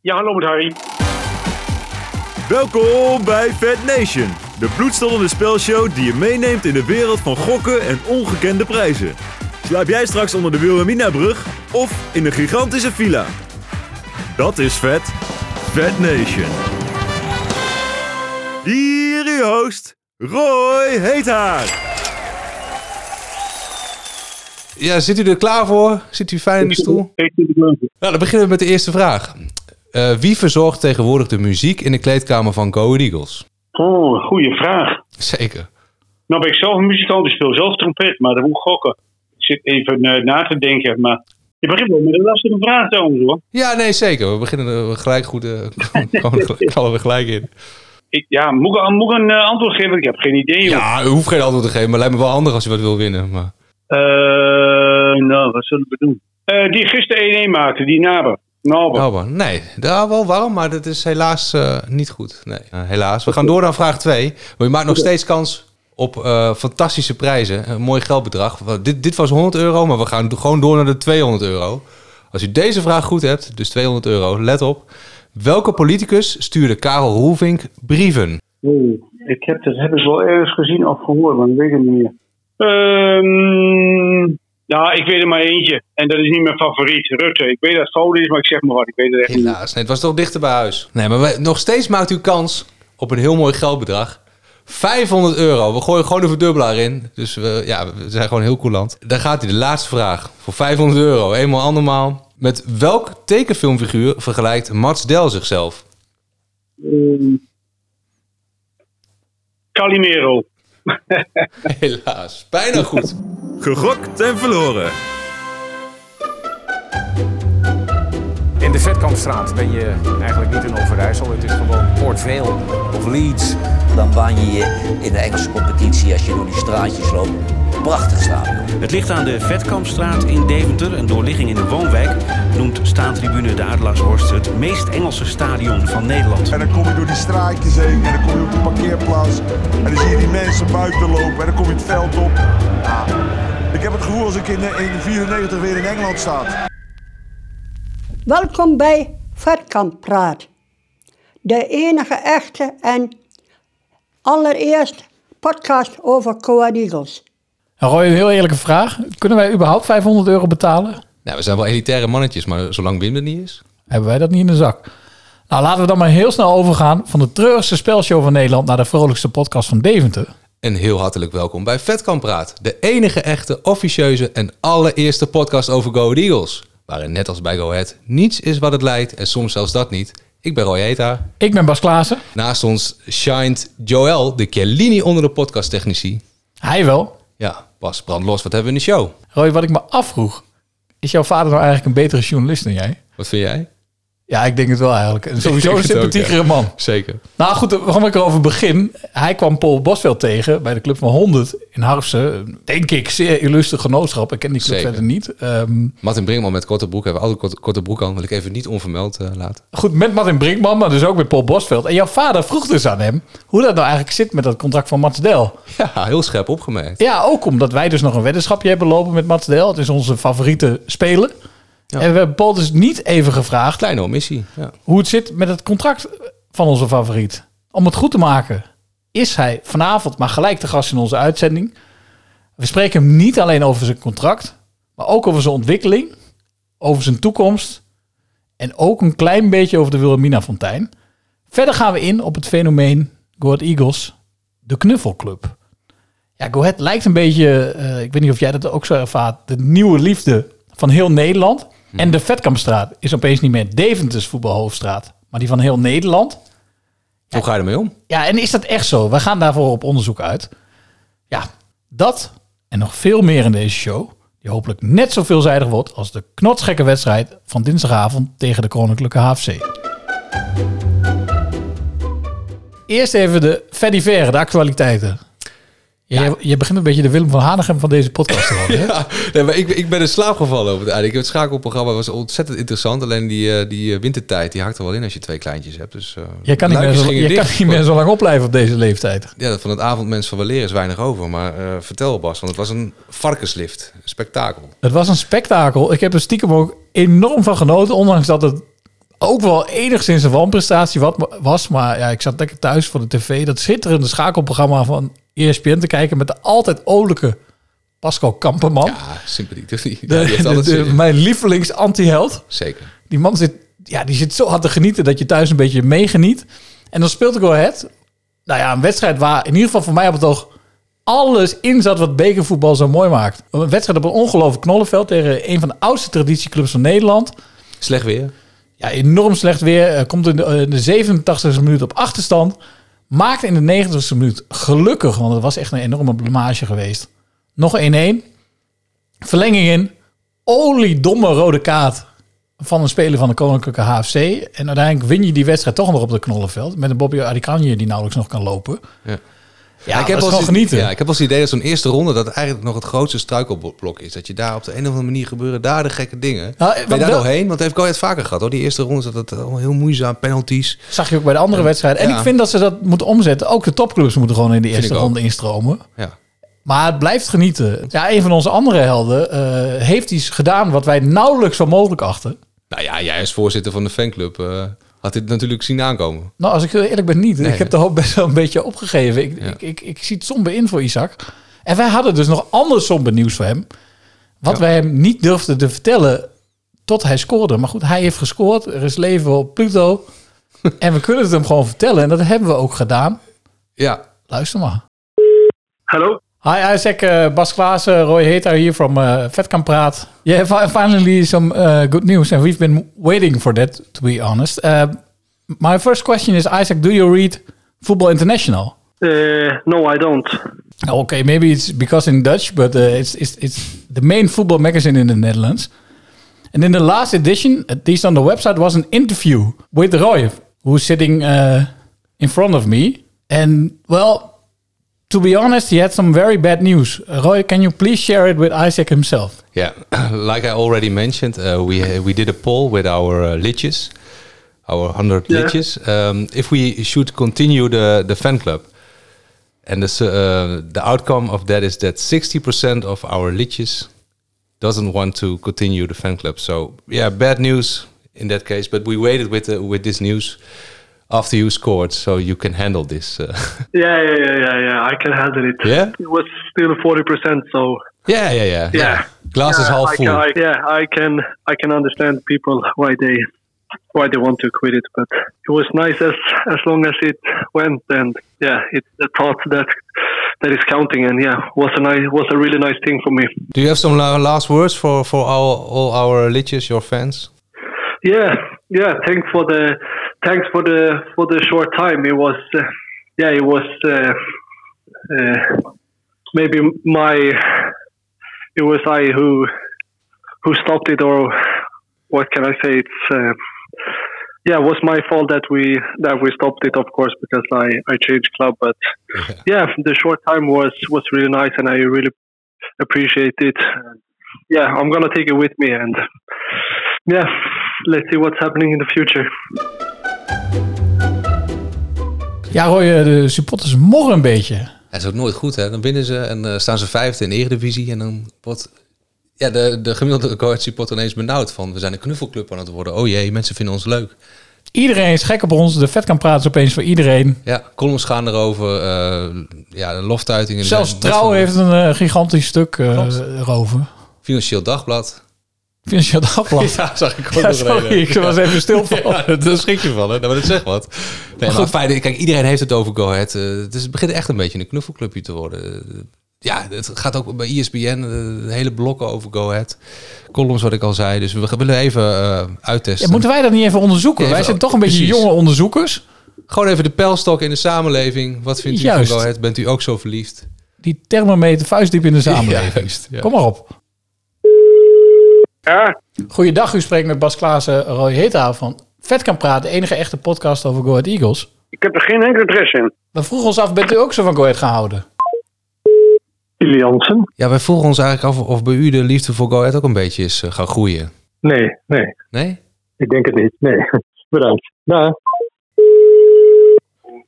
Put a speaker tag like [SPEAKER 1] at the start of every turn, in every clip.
[SPEAKER 1] Ja, hallo met Harry.
[SPEAKER 2] Welkom bij Fat Nation, de bloedstollende spelshow die je meeneemt in de wereld van gokken en ongekende prijzen. Slaap jij straks onder de Wilhelminabrug of in een gigantische villa? Dat is vet. Fat Nation. Hier uw host, Roy heet haar.
[SPEAKER 3] Ja, zit u er klaar voor? Zit u fijn in de stoel?
[SPEAKER 1] Ik zit er ook.
[SPEAKER 3] Nou, dan beginnen we met de eerste vraag. Eh, wie verzorgt tegenwoordig de muziek in de kleedkamer van Go Ahead Eagles?
[SPEAKER 1] Oh, goede vraag.
[SPEAKER 3] Zeker.
[SPEAKER 1] Nou ben ik zelf een muzikant, ik speel zelf trompet, maar dat moet gokken. Ik zit even eh, na te denken, maar je begint wel met een lastige vraag trouwens hoor.
[SPEAKER 3] Ja, nee, zeker. We beginnen er gelijk goed. eh, komen er gelijk- knallen we gelijk in.
[SPEAKER 1] Ik, ja, moet ik, moet ik een eh, antwoord geven? Ik heb geen idee joh.
[SPEAKER 3] Ja, u hoeft geen antwoord te geven, maar lijkt me wel handig als u wat wil winnen. Maar...
[SPEAKER 1] Eh, nou, wat zullen we doen? Eh, die gisteren 1-1 maakte, die Naber. Naber.
[SPEAKER 3] Oh, maar nee, daar wel warm, maar dat is helaas eh, niet goed. Nee, eh, helaas. We gaan door naar vraag 2. Want je maakt nog steeds kans op eh, fantastische prijzen. Een mooi geldbedrag. Want Dit, dit was 100 euro, maar we gaan do- gewoon door naar de 200 euro. Als u deze vraag goed hebt, dus 200 euro, let op. Welke politicus stuurde Karel Roelvink brieven?
[SPEAKER 1] Oh, ik heb dat heb ik wel ergens gezien of gehoord, maar ik weet het niet meer. Ehm, nou, ik weet er maar eentje. En dat is niet mijn favoriet, Rutte. Ik weet dat het fout is, maar ik zeg maar wat. Ik weet het echt niet.
[SPEAKER 3] Helaas, nee, het was toch dichter bij huis. Nee, maar wij- nog steeds maakt u kans op een heel mooi geldbedrag. 500 euro. We gooien gewoon de verdubbelaar in. Dus we, ja, we zijn gewoon heel coulant. Daar gaat hij, de laatste vraag. Voor 500 euro, eenmaal andermaal. Met welk tekenfilmfiguur vergelijkt Mats Del zichzelf?
[SPEAKER 1] Ehm, Calimero.
[SPEAKER 3] Helaas, bijna goed.
[SPEAKER 2] Gegokt en verloren.
[SPEAKER 4] In de Vetkampstraat ben je eigenlijk niet in Overijssel. Het is gewoon Port Vale of Leeds.
[SPEAKER 5] Dan baan je je in de Engelse competitie als je door die straatjes loopt. Prachtig stadion.
[SPEAKER 6] Het ligt aan de Vetkampstraat in Deventer, een doorligging in de woonwijk. Noemt staantribune de Adelaarshorst het meest Engelse stadion van Nederland.
[SPEAKER 7] En dan kom je door die straatjes heen en dan kom je op de parkeerplaats. En dan zie je die mensen buiten lopen en dan kom je het veld op. Ja, ik heb het gevoel als ik in 1994 weer in Engeland sta.
[SPEAKER 8] Welkom bij Vetkamp Praat. De enige echte en allereerst podcast over Coa Eagles.
[SPEAKER 9] Nou, Roy, een heel eerlijke vraag. Kunnen wij überhaupt 500 euro betalen?
[SPEAKER 3] Nou, we zijn wel elitaire mannetjes, maar zolang Wim er niet is.
[SPEAKER 9] Hebben wij dat niet in de zak? Nou, laten we dan maar heel snel overgaan van de treurigste spelshow van Nederland naar de vrolijkste podcast van Deventer.
[SPEAKER 3] En heel hartelijk welkom bij Vetkamp Praat. De enige echte, officieuze en allereerste podcast over Go Ahead Eagles. Waarin net als bij Go Ahead niets is wat het lijkt en soms zelfs dat niet. Ik ben Roy Eta.
[SPEAKER 9] Ik ben Bas Klaassen.
[SPEAKER 3] Naast ons shined Joël, de Chiellini onder de podcasttechnici.
[SPEAKER 9] Hij wel.
[SPEAKER 3] Ja, Bas, brand los. Wat hebben we in de show?
[SPEAKER 9] Roy, wat ik me afvroeg. Is jouw vader nou eigenlijk een betere journalist dan jij?
[SPEAKER 3] Wat vind jij?
[SPEAKER 9] Ja, ik denk het wel eigenlijk. En sowieso
[SPEAKER 3] denk het
[SPEAKER 9] een
[SPEAKER 3] ook,
[SPEAKER 9] sympathiekere man.
[SPEAKER 3] Zeker.
[SPEAKER 9] Nou goed, waarom ik erover begin. Hij kwam Paul Bosveld tegen bij de Club van 100 in Harfsen. Denk ik, zeer illustre genootschap. Ik ken die club
[SPEAKER 3] Zeker.
[SPEAKER 9] verder niet. Ehm,
[SPEAKER 3] Martin Brinkman met korte broek. Hebben we altijd korte, korte broek aan. Wil ik even niet onvermeld eh, laten.
[SPEAKER 9] goed, met Martin Brinkman, maar dus ook met Paul Bosveld. En jouw vader vroeg dus aan hem hoe dat nou eigenlijk zit met dat contract van Mats Del.
[SPEAKER 3] Ja, heel scherp opgemerkt.
[SPEAKER 9] Ja, ook omdat wij dus nog een weddenschapje hebben lopen met Mats Del. Het is onze favoriete speler. En we hebben Paul dus niet even gevraagd
[SPEAKER 3] Kleine omissie. Ja.
[SPEAKER 9] hoe het zit met het contract van onze favoriet. Om het goed te maken is hij vanavond maar gelijk de gast in onze uitzending. We spreken hem niet alleen over zijn contract, maar ook over zijn ontwikkeling, over zijn toekomst en ook een klein beetje over de Wilhelmina Fontein. Verder gaan we in op het fenomeen Go Ahead Eagles, de knuffelclub. Ja, Go Ahead lijkt een beetje, eh, ik weet niet of jij dat ook zo ervaart, de nieuwe liefde van heel Nederland. En de Vetkampstraat is opeens niet meer Deventers voetbalhoofdstraat, maar die van heel Nederland.
[SPEAKER 3] Hoe ga je ermee om?
[SPEAKER 9] Ja, en is dat echt zo? We gaan daarvoor op onderzoek uit. Ja, dat en nog veel meer in deze show, die hopelijk net zo veelzijdig wordt als de knotsgekke wedstrijd van dinsdagavond tegen de Koninklijke HFC. Eerst even de Fediver, de actualiteiten. Ja. Je, je begint een beetje de Willem van Hanegem van deze podcast te worden. hè?
[SPEAKER 3] Ja, nee, maar ik, ik ben in slaap gevallen over het einde. Ik heb het schakelprogramma was ontzettend interessant. Alleen die, eh, die eh, wintertijd, die hakt er wel in als je twee kleintjes hebt. Dus, eh,
[SPEAKER 9] Je kan niet, meer
[SPEAKER 3] luikjes
[SPEAKER 9] zo,
[SPEAKER 3] gingen
[SPEAKER 9] je kan
[SPEAKER 3] dicht.
[SPEAKER 9] niet meer zo lang opblijven op deze leeftijd.
[SPEAKER 3] Ja, van het avondmens van Weleer is weinig over. Maar eh, vertel Bas, want het was een varkenslift. Een spektakel.
[SPEAKER 9] Het was een spektakel. Ik heb er stiekem ook enorm van genoten, ondanks dat het ook wel enigszins een wanprestatie wat was. Maar ja, ik zat lekker thuis voor de tv. Dat schitterende schakelprogramma van E ESPN te kijken met de altijd olijke Pascal Kamperman.
[SPEAKER 3] Ja, sympathie. toch? Ja,
[SPEAKER 9] de,
[SPEAKER 3] die heeft
[SPEAKER 9] de-
[SPEAKER 3] altijd
[SPEAKER 9] de-
[SPEAKER 3] zin in.
[SPEAKER 9] mijn lievelings-anti-held.
[SPEAKER 3] Zeker.
[SPEAKER 9] Die man zit, ja, die zit zo hard te genieten dat je thuis een beetje meegeniet. En dan speelt Go Ahead. Nou ja, een wedstrijd waar in ieder geval voor mij op het oog alles in zat wat bekervoetbal zo mooi maakt. Een wedstrijd op een ongelooflijk knollenveld tegen een van de oudste traditieclubs van Nederland.
[SPEAKER 3] Slecht weer.
[SPEAKER 9] Ja, enorm slecht weer. Eh, komt in de, eh, in de 87e minuut op achterstand. Maakt in de 90e minuut gelukkig, want het was echt een enorme blamage geweest. Nog 1-1. Verlenging in. Oliedomme rode kaart van een speler van de Koninklijke HFC. En uiteindelijk win je die wedstrijd toch nog op de knollenveld. Met een Bobby Arikanje die nauwelijks nog kan lopen.
[SPEAKER 3] Ja.
[SPEAKER 9] Ja,
[SPEAKER 3] ik
[SPEAKER 9] dat
[SPEAKER 3] heb wel
[SPEAKER 9] is gewoon
[SPEAKER 3] eens-
[SPEAKER 9] genieten.
[SPEAKER 3] Ja, ik heb wel eens het idee dat zo'n eerste ronde dat eigenlijk nog het grootste struikelblok is. Dat je daar op de een of andere manier gebeuren daar de gekke dingen.
[SPEAKER 9] Nou,
[SPEAKER 3] ben
[SPEAKER 9] want
[SPEAKER 3] je daar
[SPEAKER 9] wel-
[SPEAKER 3] doorheen? Want dat heeft het vaker gehad hoor. Die eerste ronde zat dat allemaal heel moeizaam. Penalties.
[SPEAKER 9] Zag je ook bij de andere wedstrijden. En
[SPEAKER 3] Ja.
[SPEAKER 9] ik vind dat ze dat moeten omzetten. Ook de topclubs moeten gewoon in de eerste
[SPEAKER 3] ik ook.
[SPEAKER 9] ronde instromen.
[SPEAKER 3] Ja.
[SPEAKER 9] Maar het blijft genieten. Ja, een van onze andere helden eh, heeft iets gedaan wat wij nauwelijks zo mogelijk achten.
[SPEAKER 3] Nou ja, jij als voorzitter van de fanclub eh, had dit natuurlijk zien aankomen.
[SPEAKER 9] Nou, als ik heel eerlijk ben, niet.
[SPEAKER 3] Nee.
[SPEAKER 9] Ik heb de hoop best wel een beetje opgegeven. Ik,
[SPEAKER 3] Ja.
[SPEAKER 9] ik, ik, ik zie het somber in voor Isaac. En wij hadden dus nog ander somber nieuws voor hem. Wat
[SPEAKER 3] Ja.
[SPEAKER 9] wij hem niet durfden te vertellen tot hij scoorde. Maar goed, hij heeft gescoord. Er is leven op Pluto. en we kunnen het hem gewoon vertellen. En dat hebben we ook gedaan.
[SPEAKER 3] Ja,
[SPEAKER 9] Luister maar.
[SPEAKER 1] Hallo?
[SPEAKER 9] Hi Isaac, uh, Bas Klaassen, Roy Heta here from uh, Vetkamp Praat. Yeah, fi- finally some uh, good news, and we've been waiting for that, to be honest. Uh, my first question is, Isaac, do you read Football International?
[SPEAKER 10] Uh, no, I don't.
[SPEAKER 9] Okay, maybe it's because in Dutch, but uh, it's, it's, it's the main football magazine in the Netherlands. And in the last edition, at least on the website, was an interview with Roy, who's sitting uh, in front of me. And well, to be honest, he had some very bad news. Uh, Roy, can you please share it with Isaac himself?
[SPEAKER 3] Yeah, like I already mentioned, uh, we we did a poll with our uh, liches, our hundred
[SPEAKER 10] Yeah.
[SPEAKER 3] liches, um, if we should continue the the fan club, and the s- uh, the outcome of that is that sixty percent of our liches doesn't want to continue the fan club. So yeah, bad news in that case. But we waited with uh, with this news after you scored, so you can handle this. Uh,
[SPEAKER 10] Yeah, yeah, yeah, yeah, yeah. I can handle it.
[SPEAKER 3] Yeah?
[SPEAKER 10] It was still forty percent, so
[SPEAKER 3] yeah, yeah, yeah,
[SPEAKER 10] Yeah.
[SPEAKER 3] Glass is
[SPEAKER 10] Yeah,
[SPEAKER 3] half
[SPEAKER 10] I
[SPEAKER 3] full.
[SPEAKER 10] Can,
[SPEAKER 9] uh,
[SPEAKER 10] I, yeah, I can I can understand people why they why they want to quit it, but it was nice as as long as it went, and yeah, it's the thought that that is counting, and yeah, was a nice was a really nice thing for me.
[SPEAKER 3] Do you have some la- last words for for our all our liches, your fans?
[SPEAKER 10] Yeah, yeah. Thanks for the thanks for the for the short time. It was uh, yeah, it was uh, uh, maybe my it was I who who stopped it or what can I say? It's uh, yeah, it was my fault that we that we stopped it, of course, because I I changed club. But yeah, the short time was was really nice, and I really appreciate it. Yeah, I'm gonna take it with me and yeah, let's see what's happening in the future.
[SPEAKER 9] Ja, Roy, eh, de supporters morren een beetje.
[SPEAKER 3] Dat is ook nooit goed, hè? Dan winnen ze en eh, staan ze vijfde in de Eredivisie. En dan wordt ja, de, de gemiddelde Go Ahead supporter ineens benauwd van... we zijn een knuffelclub aan het worden. Oh jee, mensen vinden ons leuk.
[SPEAKER 9] Iedereen is gek op ons. De vet kan praten is opeens voor iedereen.
[SPEAKER 3] Ja, columns gaan erover. eh ja, de loftuitingen.
[SPEAKER 9] Zelfs
[SPEAKER 3] zijn-
[SPEAKER 9] Trouw heeft een eh, gigantisch stuk eh,
[SPEAKER 3] Klopt.
[SPEAKER 9] erover.
[SPEAKER 3] Financieel Dagblad.
[SPEAKER 9] Financieel Dagblad.
[SPEAKER 3] Ja, zag ik ook
[SPEAKER 9] Ja,
[SPEAKER 3] nog
[SPEAKER 9] sorry,
[SPEAKER 3] even.
[SPEAKER 9] ik was even stil van.
[SPEAKER 3] Ja, daar schrik je van, hè? Nou, maar dat zegt wat. Nee, maar fijn, kijk, iedereen heeft het over Go Ahead. eh, dus het begint echt een beetje een knuffelclubje te worden. Eh, ja, het gaat ook bij ESPN, eh, hele blokken over Go Ahead. Columns, wat ik al zei. Dus we gaan- willen even eh, uittesten.
[SPEAKER 9] Ja, moeten wij dat niet even onderzoeken?
[SPEAKER 3] Ja, even-
[SPEAKER 9] wij zijn toch een beetje
[SPEAKER 3] precies.
[SPEAKER 9] jonge onderzoekers.
[SPEAKER 3] Gewoon even de pijlstok in de samenleving. Wat vindt u
[SPEAKER 9] Juist.
[SPEAKER 3] van Go Ahead? Bent u ook zo verliefd?
[SPEAKER 9] Die thermometer vuistdiep in de samenleving.
[SPEAKER 3] Juist, ja.
[SPEAKER 9] Kom maar op.
[SPEAKER 1] Ja,
[SPEAKER 9] Goeiedag, u spreekt met Bas Klaassen, Roy Heta van Vet kan praten, de enige echte podcast over Go Ahead Eagles.
[SPEAKER 1] ik heb er geen enkel interesse in.
[SPEAKER 9] We vroegen ons af, bent u ook zo van Go Ahead gehouden?
[SPEAKER 10] Jullie Jansen?
[SPEAKER 3] Ja, wij vroegen ons eigenlijk af of bij u de liefde voor Go Ahead ook een beetje is eh, gaan groeien.
[SPEAKER 10] Nee, nee,
[SPEAKER 3] Nee?
[SPEAKER 10] ik denk het niet. Nee, bedankt. Nou,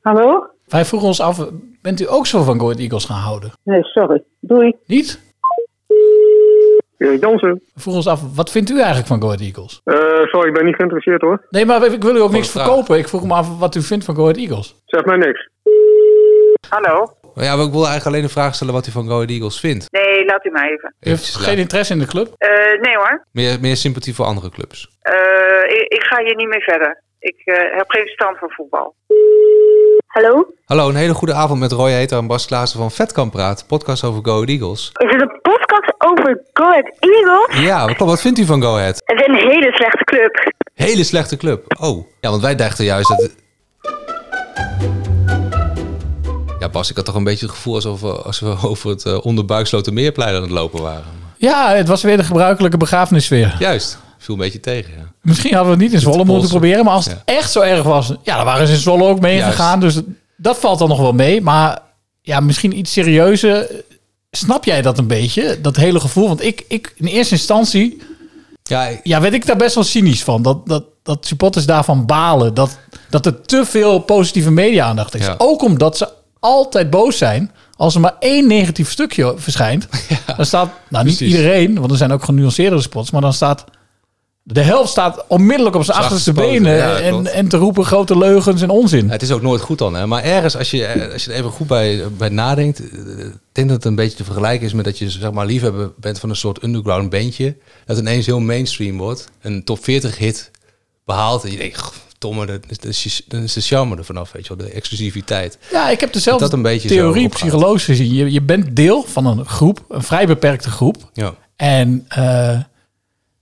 [SPEAKER 11] Hallo?
[SPEAKER 9] Wij vroegen ons af, bent u ook zo van Go Ahead Eagles gaan houden?
[SPEAKER 11] Nee, sorry. Doei.
[SPEAKER 9] Niet?
[SPEAKER 10] Erik Jansen.
[SPEAKER 9] We vroegen ons af, wat vindt u eigenlijk van Go Ahead Eagles?
[SPEAKER 10] Eh, sorry, ik ben niet geïnteresseerd hoor.
[SPEAKER 9] Nee, maar ik wil u ook niks
[SPEAKER 10] vraag.
[SPEAKER 9] verkopen. Ik vroeg me af wat u vindt van Go Ahead Eagles.
[SPEAKER 10] Zeg mij niks.
[SPEAKER 11] Hallo?
[SPEAKER 3] Maar ja, maar ik wil eigenlijk alleen de vraag stellen wat u van Go Ahead Eagles vindt.
[SPEAKER 11] Nee, laat u mij even.
[SPEAKER 3] U heeft
[SPEAKER 9] Geen interesse in de club?
[SPEAKER 11] Eh, nee hoor,
[SPEAKER 3] Meer, meer sympathie voor andere clubs.
[SPEAKER 11] Eh, ik, ik ga hier niet mee verder. Ik eh, heb geen verstand van voetbal.
[SPEAKER 12] Hallo?
[SPEAKER 3] Hallo, een hele goede avond met Roy Heter en Bas Klaassen van Vetkamp Praat. Podcast over Go Ahead Eagles.
[SPEAKER 12] Is het een podcast over Go Ahead Eagles?
[SPEAKER 3] Ja, wat klopt. Wat vindt u van Go Ahead?
[SPEAKER 12] Het is een hele slechte club.
[SPEAKER 3] Hele slechte club. Oh, ja, want wij dachten juist dat... Ja, Bas, ik had toch een beetje het gevoel alsof we, als we over het eh, onderbuikslotermeerplein aan het lopen waren.
[SPEAKER 9] Ja, het was weer de gebruikelijke begrafenissfeer.
[SPEAKER 3] Juist, viel een beetje tegen, ja.
[SPEAKER 9] Misschien hadden we het niet in Zwolle moeten
[SPEAKER 3] polsen.
[SPEAKER 9] proberen. Maar als het echt zo erg was... Ja, dan waren ze in Zwolle ook mee
[SPEAKER 3] Juist.
[SPEAKER 9] gegaan. Dus dat valt dan nog wel mee. Maar ja, misschien iets serieuzer. Snap jij dat een beetje? Dat hele gevoel? Want ik, ik in eerste instantie...
[SPEAKER 3] Ja,
[SPEAKER 9] ja, werd ik daar best wel cynisch van. Dat, dat, dat supporters daarvan balen. Dat, dat er te veel positieve media-aandacht is.
[SPEAKER 3] Ja.
[SPEAKER 9] Ook omdat ze altijd boos zijn... Als er maar één negatief stukje verschijnt, dan staat, nou niet
[SPEAKER 3] precies.
[SPEAKER 9] iedereen, want er zijn ook genuanceerdere spots, maar dan staat de helft staat onmiddellijk op zijn
[SPEAKER 3] Zijn
[SPEAKER 9] achterste
[SPEAKER 3] achterste
[SPEAKER 9] benen
[SPEAKER 3] poten, ja,
[SPEAKER 9] en,
[SPEAKER 3] klopt.
[SPEAKER 9] en te roepen grote leugens en onzin.
[SPEAKER 3] Nou, Het is ook nooit goed dan, hè? Maar ergens, als je, eh, als je er even goed bij, bij nadenkt... eh, ik denk dat het een beetje te vergelijken is met dat je zeg maar, liefhebber bent van een soort underground bandje... dat ineens heel mainstream wordt, een top 40 hit behaalt... en je denkt, "Goh, domme, dat is, dat is, dat is de charme er vanaf, weet je wel, de exclusiviteit.
[SPEAKER 9] Ja, ik heb
[SPEAKER 3] Dat
[SPEAKER 9] dezelfde
[SPEAKER 3] dat een beetje zo
[SPEAKER 9] theorie
[SPEAKER 3] opgaat.
[SPEAKER 9] psychologisch gezien. Je, je bent deel van een groep, een vrij beperkte groep.
[SPEAKER 3] Ja.
[SPEAKER 9] En eh,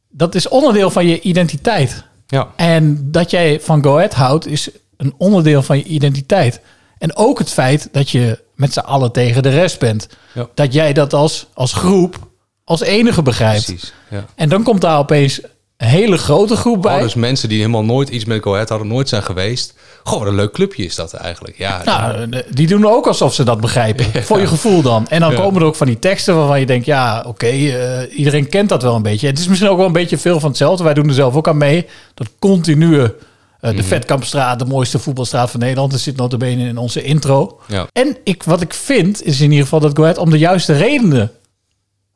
[SPEAKER 9] dat is onderdeel van je identiteit.
[SPEAKER 3] Ja.
[SPEAKER 9] En dat jij van Go Ahead houdt, is een onderdeel van je identiteit. En ook het feit dat je met z'n allen tegen de rest bent.
[SPEAKER 3] Ja.
[SPEAKER 9] Dat jij dat als, als groep, als enige begrijpt.
[SPEAKER 3] Precies, ja.
[SPEAKER 9] En dan komt daar opeens een hele grote groep bij.
[SPEAKER 3] Oh, dus mensen die helemaal nooit iets met Go Ahead hadden, nooit zijn geweest. Goh, wat een leuk clubje is dat eigenlijk. Ja,
[SPEAKER 9] Nou, de- die doen ook alsof ze dat begrijpen. Voor je gevoel dan. En dan
[SPEAKER 3] Ja.
[SPEAKER 9] komen er ook van die teksten waarvan je denkt... ja, oké, eh, iedereen kent dat wel een beetje. Het is misschien ook wel een beetje veel van hetzelfde. Wij doen er zelf ook aan mee. Dat continue... eh, de
[SPEAKER 3] Mhm.
[SPEAKER 9] Vetkampstraat, de mooiste voetbalstraat van Nederland. Dat zit notabene in onze intro.
[SPEAKER 3] Ja.
[SPEAKER 9] En ik, wat ik vind, is in ieder geval dat Go Ahead om de juiste redenen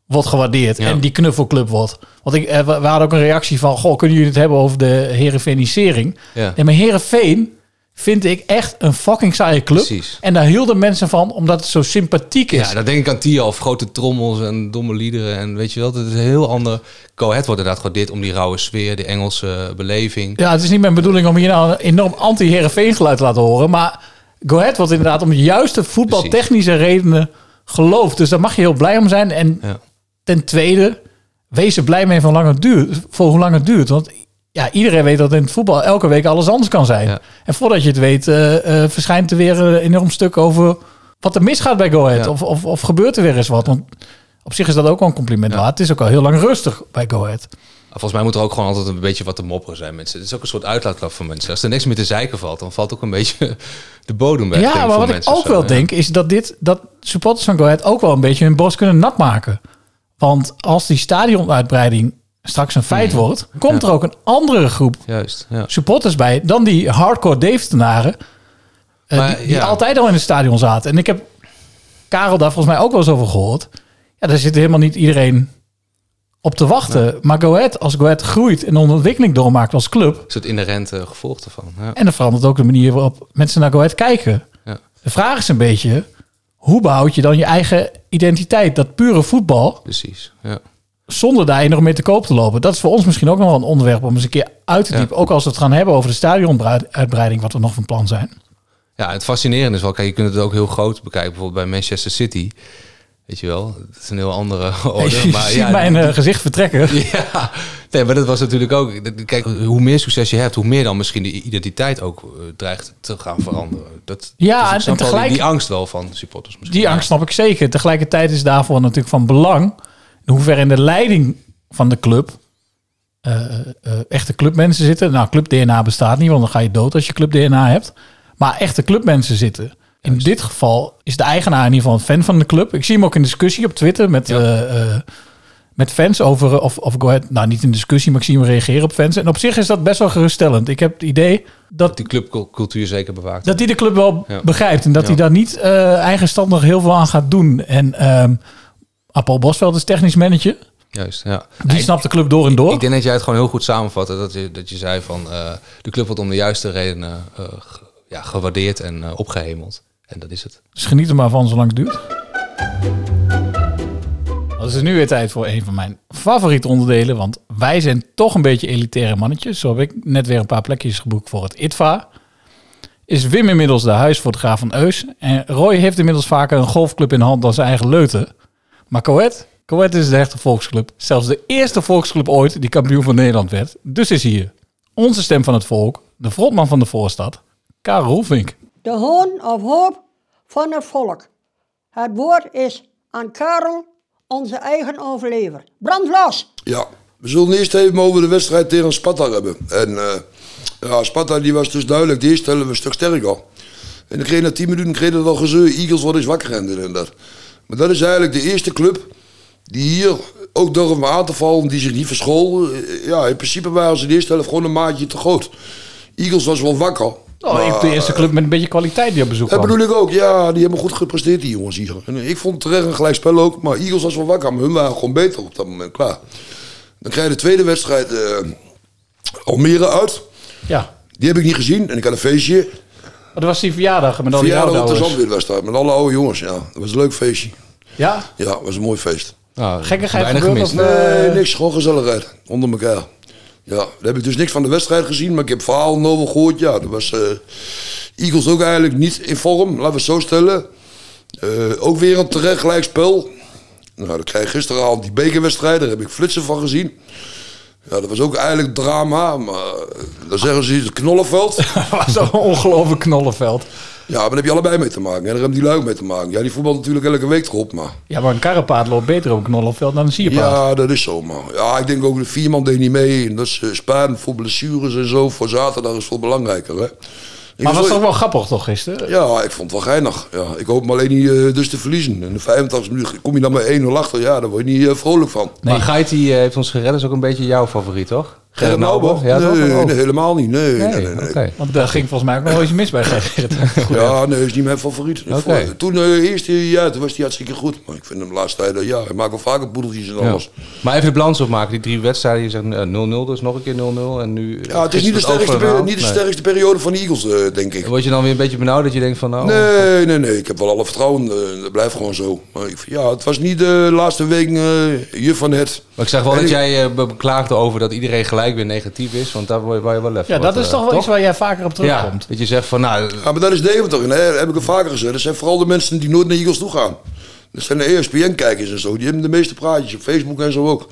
[SPEAKER 9] wordt gewaardeerd. En die knuffelclub wordt. Want ik, eh, we we hadden ook een reactie van... Goh, kunnen jullie het hebben over de herenvenisering?
[SPEAKER 3] Ja.
[SPEAKER 9] Nee, maar Herenveen vind ik echt een fucking saaie club.
[SPEAKER 3] Precies.
[SPEAKER 9] En daar hielden mensen van omdat het zo sympathiek is.
[SPEAKER 3] Ja, dan denk ik aan Tia of grote trommels en domme liederen. En weet je wel, dat is een heel ander. Go Ahead wordt inderdaad gewaardeerd om die rauwe sfeer, de Engelse beleving.
[SPEAKER 9] Ja, het is niet mijn bedoeling om hier nou een enorm anti-Herenveen geluid te laten horen. Maar Go Ahead wordt inderdaad om de juiste voetbaltechnische redenen geloofd. Dus daar mag je heel blij om zijn. En ten tweede, wees er blij mee van lang het duurt, voor hoe lang het duurt. Want ja, iedereen weet dat in het voetbal elke week alles anders kan zijn. En voordat je het weet, eh, eh, verschijnt er weer een enorm stuk over wat er misgaat bij Go Ahead. Of, of, of gebeurt er weer eens wat. Want op zich is dat ook wel een compliment waard. Het is ook al heel lang rustig bij Go Ahead.
[SPEAKER 3] Volgens mij moet er ook gewoon altijd een beetje wat te mopperen zijn mensen. Het is ook een soort uitlaatklap voor mensen. Als er niks meer te zeiken valt, dan valt ook een beetje de bodem weg. denk
[SPEAKER 9] Ja,
[SPEAKER 3] ik,
[SPEAKER 9] maar
[SPEAKER 3] voor
[SPEAKER 9] wat ik
[SPEAKER 3] mensen
[SPEAKER 9] ook
[SPEAKER 3] zo,
[SPEAKER 9] wel
[SPEAKER 3] ja.
[SPEAKER 9] denk is dat dit dat supporters van Go Ahead ook wel een beetje hun bos kunnen nat maken. Want als die stadionuitbreiding straks een feit
[SPEAKER 3] Mhm.
[SPEAKER 9] wordt, komt er ook een andere groep
[SPEAKER 3] Juist, ja.
[SPEAKER 9] supporters bij dan die hardcore Deventenaren eh,
[SPEAKER 3] Maar,
[SPEAKER 9] die, die
[SPEAKER 3] ja.
[SPEAKER 9] altijd al in het stadion zaten. En ik heb Karel daar volgens mij ook wel eens over gehoord. Ja, daar zit helemaal niet iedereen op te wachten. Maar Go Ahead, als Go Ahead groeit en een ontwikkeling doormaakt als club,
[SPEAKER 3] Een soort inherente gevolg ervan. Ja.
[SPEAKER 9] en dan verandert ook de manier waarop mensen naar Go Ahead kijken.
[SPEAKER 3] Ja.
[SPEAKER 9] De vraag is een beetje, hoe behoud je dan je eigen identiteit? Dat pure voetbal,
[SPEAKER 3] Precies, ja.
[SPEAKER 9] zonder daar nog mee te koop te lopen. Dat is voor ons misschien ook nog wel een onderwerp om eens een keer uit te diepen. Ook als we het gaan hebben over de stadionuitbreiding, wat we nog van plan zijn.
[SPEAKER 3] Ja, het fascinerende is wel, kijk, je kunt het ook heel groot bekijken. Bijvoorbeeld bij Manchester City. Weet je wel, dat is een heel andere orde.
[SPEAKER 9] je
[SPEAKER 3] Oh, maar
[SPEAKER 9] ziet
[SPEAKER 3] ja,
[SPEAKER 9] mijn
[SPEAKER 3] die-
[SPEAKER 9] eh, gezicht vertrekken.
[SPEAKER 3] Ja, nee, maar dat was natuurlijk ook. dat- Kijk, hoe meer succes je hebt, hoe meer dan misschien de identiteit ook eh, dreigt te gaan veranderen. Dat,
[SPEAKER 9] Ja,
[SPEAKER 3] dus ik snap
[SPEAKER 9] en- en
[SPEAKER 3] wel die-
[SPEAKER 9] tegelijk-
[SPEAKER 3] die angst wel van supporters misschien.
[SPEAKER 9] Dus Die angst snap ik zeker. Tegelijkertijd is daarvoor natuurlijk van belang... in hoeverre in de leiding van de club... eh, eh, echte clubmensen zitten. Nou, club-DNA bestaat niet, want dan ga je dood als je club-DNA hebt. Maar echte clubmensen zitten. In dit geval is de eigenaar in ieder geval een fan van de club. Ik zie hem ook in discussie op Twitter met, eh, eh, met fans over... eh, of, of Go Ahead, nou niet in discussie, maar ik zie hem reageren op fans. En op zich is dat best wel geruststellend. Ik heb het idee dat
[SPEAKER 3] Die clubcultuur zeker bewaakt.
[SPEAKER 9] dat hij de club wel
[SPEAKER 3] Ja.
[SPEAKER 9] begrijpt. En dat
[SPEAKER 3] Ja.
[SPEAKER 9] hij daar niet eh, eigenstandig heel veel aan gaat doen. En ehm Appel Bosveld is technisch manager.
[SPEAKER 3] Juist, ja.
[SPEAKER 9] Die snapt de club door en door.
[SPEAKER 3] Ik denk dat jij het gewoon heel goed samenvatte. Dat je, dat je zei van eh, de club wordt om de juiste redenen eh, ge- ja, gewaardeerd en eh, opgehemeld. En dat is het.
[SPEAKER 9] Dus geniet er maar van zolang het duurt. Het is nu weer tijd voor een van mijn favoriete onderdelen. Want wij zijn toch een beetje elitaire mannetjes. Zo heb ik net weer een paar plekjes geboekt voor het ITVA. Is Wim inmiddels de huisfotograaf van Eus. En Roy heeft inmiddels vaker een golfclub in hand dan zijn eigen leuten. Maar Coët, Coët is de echte volksclub. Zelfs de eerste volksclub ooit die kampioen van Nederland werd. Dus is hier onze stem van het volk, de frontman van de voorstad, Karel Roelvink.
[SPEAKER 8] De hoon of hoop van het volk. Het woord is aan Karel, onze eigen overlever. Brand los!
[SPEAKER 13] Ja, we zullen eerst even over de wedstrijd tegen Sparta hebben. En eh, ja, Sparta die was dus duidelijk, de eerste helft een stuk sterker. En dan kreeg na 10 minuten kreeg het wel gezeur, Eagles worden eens wakker en dit en dat. Maar dat is eigenlijk de eerste club die hier ook durfde aan te vallen, die zich niet verschool. Eh, Ja, in principe waren ze in de eerste helft gewoon een maatje te groot. Eagles was wel wakker.
[SPEAKER 9] Oh, ik
[SPEAKER 13] maar- eh,
[SPEAKER 9] de eerste club met een beetje kwaliteit die op bezoek
[SPEAKER 13] dat
[SPEAKER 9] kwam.
[SPEAKER 13] bedoel ik ook. Ja, die hebben goed gepresteerd, die jongens hier. En ik vond terecht een gelijkspel ook. Maar Eagles was wel wakker. Maar hun waren gewoon beter op dat moment. Klaar. Dan krijg je de tweede wedstrijd eh, Almere uit.
[SPEAKER 9] Ja.
[SPEAKER 13] Die heb ik niet gezien. En ik had een feestje.
[SPEAKER 9] Dat was die verjaardag met al die
[SPEAKER 13] Verjaardag op de
[SPEAKER 9] oude ouders.
[SPEAKER 13] Zandweerwedstrijd. Met alle oude jongens, ja. Dat was een leuk feestje.
[SPEAKER 9] Ja?
[SPEAKER 13] Ja, was een mooi feest.
[SPEAKER 3] Nou,
[SPEAKER 9] Gekkigheid weinig gebeurd, gemist. of, eh?
[SPEAKER 13] Nee, niks. Gewoon gezelligheid. Onder elkaar. Ja, daar heb ik dus niks van de wedstrijd gezien. Maar ik heb verhalen over gehoord. Ja, dat was eh, Eagles ook eigenlijk niet in vorm. Laten we het zo stellen. Eh, ook weer een terecht gelijkspel. Nou, dan krijg je gisteravond die bekerwedstrijd. Daar heb ik flitsen van gezien. Ja, dat was ook eigenlijk drama. Maar eh, dan zeggen ze iets knollenveld.
[SPEAKER 9] Dat was een ongelooflijk knollenveld.
[SPEAKER 13] Ja, maar daar heb je allebei mee te maken. En daar hebben die lui ook mee te maken. Ja, die voetbal natuurlijk elke week erop, maar...
[SPEAKER 9] Ja, maar een karrepaard loopt beter op een knollenveld dan een sierpaard.
[SPEAKER 13] Ja, dat is zo, man. Ja, ik denk ook de vierman deed niet mee. En dat is eh, sparen voor blessures en zo. Voor zaterdag is veel belangrijker, hè. Ik
[SPEAKER 9] maar was
[SPEAKER 13] wel-
[SPEAKER 9] toch wel grappig toch gisteren?
[SPEAKER 13] Ja, ik vond het wel geinig. Ja, ik hoop maar alleen niet eh, dus te verliezen. In de 85 minuten kom je dan maar 1-0 achter. Ja, daar word je niet eh, vrolijk van.
[SPEAKER 3] Maar Geit die eh, heeft ons gered. Dat is ook een beetje jouw favoriet, toch?
[SPEAKER 13] Gerrit Nauber?
[SPEAKER 3] Ja, toch?
[SPEAKER 13] nou, nee,
[SPEAKER 3] Oh.
[SPEAKER 13] nee, helemaal niet. Nee, nee, nee. nee.
[SPEAKER 3] oké.
[SPEAKER 9] Want daar ging volgens mij ook nog wel iets mis bij Gerrit.
[SPEAKER 13] Ja, nee, is niet mijn favoriet. Ik
[SPEAKER 9] Oké.
[SPEAKER 13] vond- Toen, eh, eerst, eh, ja, toen was hij hartstikke goed. Maar ik vind hem de laatste tijd, eh, ja, hij maakt wel vaker poedeltjes en
[SPEAKER 3] Ja.
[SPEAKER 13] alles.
[SPEAKER 3] Maar even de balans opmaken. Die drie wedstrijden, je zegt eh, 0-0, dus nog een keer 0-0. En nu, eh,
[SPEAKER 13] Ja, het is niet de, sterkste, peri- niet de sterkste periode van de Eagles, eh, denk ik.
[SPEAKER 3] Word je dan weer een beetje benauwd dat je denkt van nou...
[SPEAKER 13] Nee, nee, nee. Ik heb wel alle vertrouwen. eh, Dat blijft gewoon zo. Maar ik, ja, het was niet de laatste week eh juf van het.
[SPEAKER 3] Maar ik zag wel
[SPEAKER 13] En
[SPEAKER 3] dat
[SPEAKER 13] ik-
[SPEAKER 3] jij eh, be- beklaagde over dat iedereen gelijk weer negatief is. Want daar word je, word je wel even
[SPEAKER 9] Ja,
[SPEAKER 3] wat,
[SPEAKER 9] dat is
[SPEAKER 3] eh,
[SPEAKER 9] toch wel iets waar jij vaker op terugkomt.
[SPEAKER 3] Ja, dat je zegt van nou...
[SPEAKER 13] Ja, maar dat is Deventer. En hè, dat heb ik al vaker gezegd. Dat zijn vooral de mensen die nooit naar Eagles toe gaan. Dat zijn de E ESPN-kijkers en zo. Die hebben de meeste praatjes op Facebook en zo ook.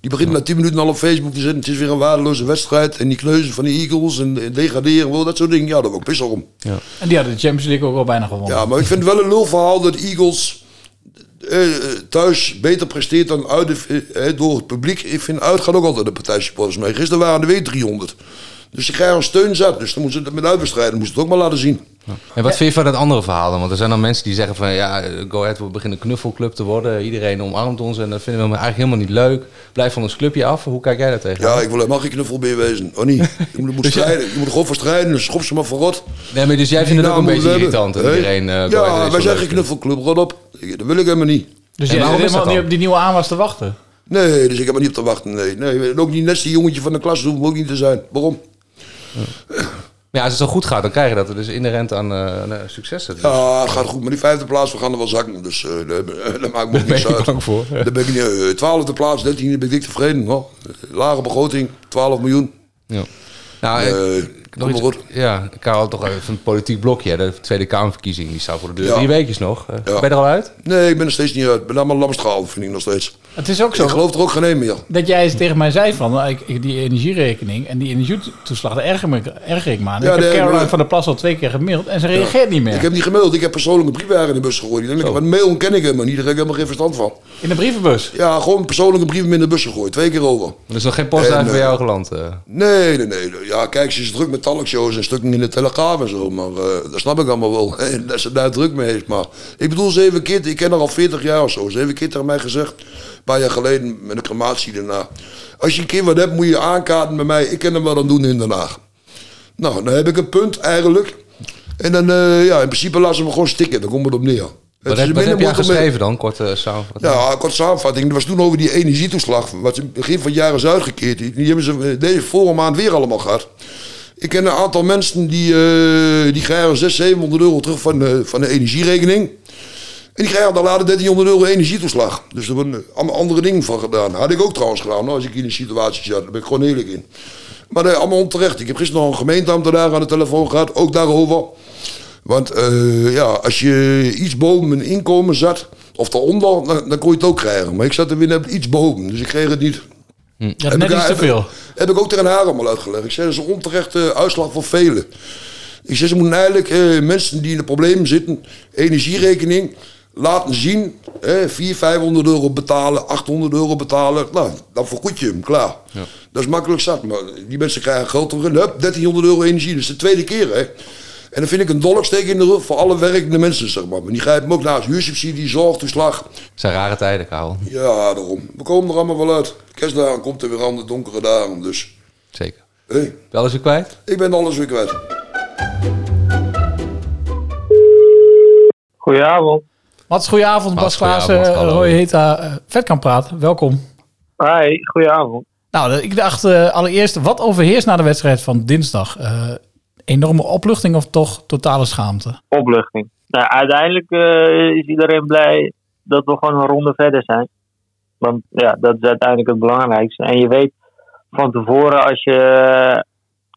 [SPEAKER 13] Die beginnen na 10 minuten al op Facebook te zitten. Het is weer een waardeloze wedstrijd. En die kneuzen van de Eagles en, en degraderen. Wow, dat soort dingen. Ja, daar word ik pissig om.
[SPEAKER 9] En die hadden de Champions League ook wel bijna gewonnen.
[SPEAKER 13] Ja, maar ik vind het wel een lulverhaal dat Eagles eh, thuis beter presteert dan uit de, eh, door het publiek. Ik vind uit gaat ook altijd de partijsupporters mee. Gisteren waren er weer 300. Dus je krijgt een steunzet. Dus dan moeten ze het met uitbestrijden. Moesten ze het ook maar laten zien.
[SPEAKER 3] En wat vind je van dat andere verhaal dan? Want er zijn dan mensen die zeggen van ja, eh, Go Ahead we beginnen een knuffelclub te worden. Iedereen omarmt ons en dat vinden we eigenlijk helemaal niet leuk. Blijf van ons clubje af. Hoe kijk jij daar tegen?
[SPEAKER 13] Ja, ik wil helemaal geen knuffel meer wezen. Oh niet. Je moet, je moet strijden. Je moet er gewoon voor strijden. Dan schop ze maar voor rot.
[SPEAKER 3] Nee, maar dus jij
[SPEAKER 13] Die
[SPEAKER 3] vindt het ook
[SPEAKER 13] naam
[SPEAKER 3] een beetje
[SPEAKER 13] moeten we
[SPEAKER 3] irritant dat
[SPEAKER 13] hebben.
[SPEAKER 3] iedereen, eh, Go Ahead
[SPEAKER 13] ja,
[SPEAKER 3] Race zo
[SPEAKER 13] wij zijn
[SPEAKER 3] leuk
[SPEAKER 13] geen knuffelclub. Rot op. Ik- Dat wil ik helemaal niet.
[SPEAKER 9] Dus jij zit helemaal niet op die nieuwe aanwas te wachten.
[SPEAKER 13] Nee, dus ik heb er niet op te wachten. Nee, nee. En ook niet net die jongetje van de klas. Dat hoef ik ook niet te zijn. Waarom?
[SPEAKER 3] Maar ja, als het zo goed gaat, dan krijg je dat. Dus inherent aan eh, aan, eh, successen.
[SPEAKER 13] Ja, het gaat goed. Maar die vijfde plaats, we gaan er wel zakken. Dus eh, daar, daar maak ik me ook niks uit.
[SPEAKER 3] bang voor, ja.
[SPEAKER 13] Daar ben ik niet, eh, twaalfde plaats, dertiende ben ik dik tevreden. hoor. Eh, Lage begroting, 12 miljoen.
[SPEAKER 3] Ja. Nou,
[SPEAKER 13] Eh,
[SPEAKER 3] nog
[SPEAKER 13] kom maar
[SPEAKER 3] iets,
[SPEAKER 13] goed.
[SPEAKER 3] ja, Karel, toch even een politiek blokje. hè. De Tweede Kamerverkiezing, die staat voor de deur.
[SPEAKER 13] Ja.
[SPEAKER 3] Drie weekjes nog. Eh,
[SPEAKER 13] Ja.
[SPEAKER 3] Ben je er al uit?
[SPEAKER 13] Nee, ik ben er steeds niet uit. Ik ben allemaal lamstraal, vind ik nog steeds.
[SPEAKER 9] Het is ook zo.
[SPEAKER 13] Ik geloof er ook geen een meer.
[SPEAKER 9] Dat jij eens tegen mij zei van nou, ik, ik- die energierekening en die energietoeslag, daar erger, me, erger ik me aan.
[SPEAKER 13] Ja,
[SPEAKER 9] ik heb
[SPEAKER 13] daar-
[SPEAKER 9] Caroline van der Plas al twee keer gemaild en ze
[SPEAKER 13] Ja.
[SPEAKER 9] reageert niet
[SPEAKER 13] Ik
[SPEAKER 9] meer.
[SPEAKER 13] heb niet gemaild. Ik heb persoonlijke brieven in de bus gegooid. Ik denk, Wat mail ken ik helemaal niet. Daar heb ik helemaal geen verstand van.
[SPEAKER 9] In de brievenbus?
[SPEAKER 13] Ja, gewoon persoonlijke brieven in de bus gegooid. Twee keer over.
[SPEAKER 3] Er is nog geen postduif
[SPEAKER 13] En,
[SPEAKER 3] bij
[SPEAKER 13] eh,
[SPEAKER 3] jou geland. eh.
[SPEAKER 13] Nee, nee, nee. Ja, kijk, ze is druk met talkshows en stukken in de Telegraaf en zo. Maar eh, dat snap ik allemaal wel. dat ze daar druk mee is. Maar ik bedoel, ze heeft een keer, ik ken haar al 40 jaar of zo. Ze heeft een keer tegen mij gezegd, een paar jaar geleden met een crematie daarna. Als je een keer wat hebt, moet je aankaarten bij mij. Ik kan er wel aan doen in Den Haag. Nou, dan heb ik een punt eigenlijk. En dan, eh, ja, in principe laten ze me gewoon stikken. Daar komt het op neer.
[SPEAKER 3] Wat,
[SPEAKER 14] is een
[SPEAKER 3] heb, wat heb jij
[SPEAKER 14] minder mooi-
[SPEAKER 3] geschreven dan, kort eh, samenvatting?
[SPEAKER 14] Ja, Nou, kort samenvatting. Dat was toen over die energietoeslag. Wat ze begin van het jaar is uitgekeerd. Die die hebben ze eh, deze vorige maand weer allemaal gehad. Ik ken een aantal mensen die, eh, die krijgen 600, 700 euro terug van, eh, van de energierekening. En die krijgen dan later 1300 euro energietoeslag. Dus er worden allemaal andere dingen van gedaan. Had ik ook trouwens gedaan, hoor, als ik in een situatie zat. Daar ben ik gewoon eerlijk in. Maar eh, allemaal onterecht. Ik heb gisteren nog een gemeenteambtenaar aan de telefoon gehad, ook daarover. Want eh, ja, als je iets boven mijn inkomen zat, of daaronder, dan, dan kon je het ook krijgen. Maar ik zat er weer net iets boven, dus ik kreeg het niet.
[SPEAKER 15] Ja,
[SPEAKER 14] Heb ik
[SPEAKER 15] net iets
[SPEAKER 14] haar-
[SPEAKER 15] te veel.
[SPEAKER 14] Heb, heb ik ook tegen haar allemaal uitgelegd. Ik zei, dat is een onterechte eh, uitslag voor velen. Ik zei, ze moeten eigenlijk eh, mensen die in de problemen zitten, energierekening, laten zien. Hè, 400, 500 euro betalen, 800 euro betalen. Nou, dan vergoed je hem, klaar. Dat is makkelijk zat. Maar die mensen krijgen geld terug en hup, 1300 euro energie. Dat is de tweede keer, hè. En dan vind ik een dolksteek in de rug voor alle werkende mensen, zeg maar. Maar die grijpen ook naast huursubsidie, zorgtoeslag.
[SPEAKER 3] Het zijn rare tijden, Karel.
[SPEAKER 14] Ja, daarom. We komen er allemaal wel uit. Kerstdagen komt er weer aan, de donkere dagen dus.
[SPEAKER 3] Zeker.
[SPEAKER 14] Hé,
[SPEAKER 3] Wel eens weer kwijt?
[SPEAKER 14] ik ben alles weer kwijt.
[SPEAKER 9] Goedenavond.
[SPEAKER 15] Mats, goedenavond.
[SPEAKER 9] Mats,
[SPEAKER 15] Bas Klaassen,
[SPEAKER 9] goedenavond, hallo.
[SPEAKER 15] Roy Heta. eh, vet kan praten. Welkom.
[SPEAKER 9] Hi, goedenavond.
[SPEAKER 15] Nou, de- ik dacht eh, allereerst, wat overheerst na de wedstrijd van dinsdag? Eh, enorme opluchting of toch totale schaamte?
[SPEAKER 9] Opluchting. Nou, uiteindelijk eh, is iedereen blij dat we gewoon een ronde verder zijn. Want ja, dat is uiteindelijk het belangrijkste. En je weet van tevoren als je eh,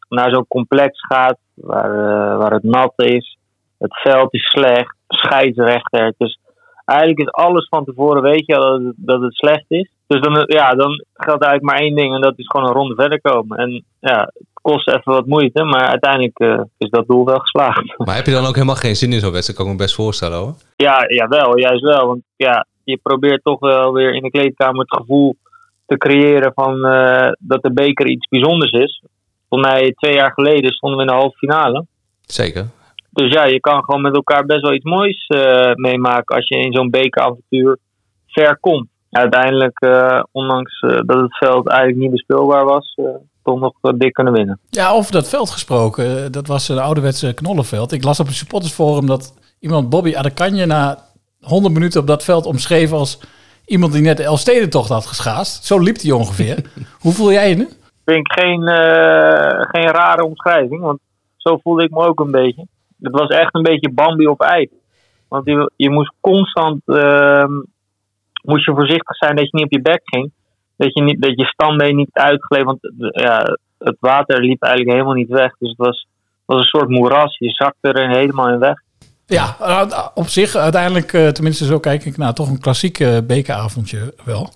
[SPEAKER 9] naar zo'n complex gaat waar, eh, waar het nat is, het veld is slecht, scheidsrechter. Dus eigenlijk is alles van tevoren weet je al dat het, dat het slecht is. Dus dan, eh, ja, dan geldt eigenlijk maar één ding en dat is gewoon een ronde verder komen. En ja, het kost even wat moeite, maar uiteindelijk eh, is dat doel wel geslaagd.
[SPEAKER 3] Maar heb je dan ook helemaal geen zin in zo'n wedstrijd? Kan ik me best voorstellen hoor.
[SPEAKER 9] Ja, jawel, juist wel. Want ja, je probeert toch wel weer in de kleedkamer het gevoel te creëren van eh, dat de beker iets bijzonders is. Volgens mij twee jaar geleden stonden we in de halve finale.
[SPEAKER 3] Zeker.
[SPEAKER 9] Dus ja, je kan gewoon met elkaar best wel iets moois eh, meemaken als je in zo'n bekeravontuur ver komt. Uiteindelijk, eh, ondanks eh, dat het veld eigenlijk niet bespeelbaar was, eh, toch nog eh, dik kunnen winnen.
[SPEAKER 15] Ja, over dat veld gesproken. eh, Dat was een ouderwetse knollenveld. Ik las op een supportersforum dat iemand Bobby Adekanje na 100 minuten op dat veld omschreef als iemand die net de Elfstedentocht had geschaast. Zo liep hij ongeveer. Hoe voel jij je nu?
[SPEAKER 9] vind ik geen, eh, geen rare omschrijving. Want zo voelde ik me ook een beetje. Het was echt een beetje Bambi op ijs. Want je, je moest constant ehm, moest je voorzichtig zijn dat je niet op je bek ging. Dat je, niet, dat je standbeen niet uitgleed. Want eh, ja, het water liep eigenlijk helemaal niet weg. Dus het was, was een soort moeras. Je zakte er helemaal in weg.
[SPEAKER 15] Ja, nou, op zich uiteindelijk, eh, tenminste zo kijk ik naar toch een klassiek eh, bekeravondje wel.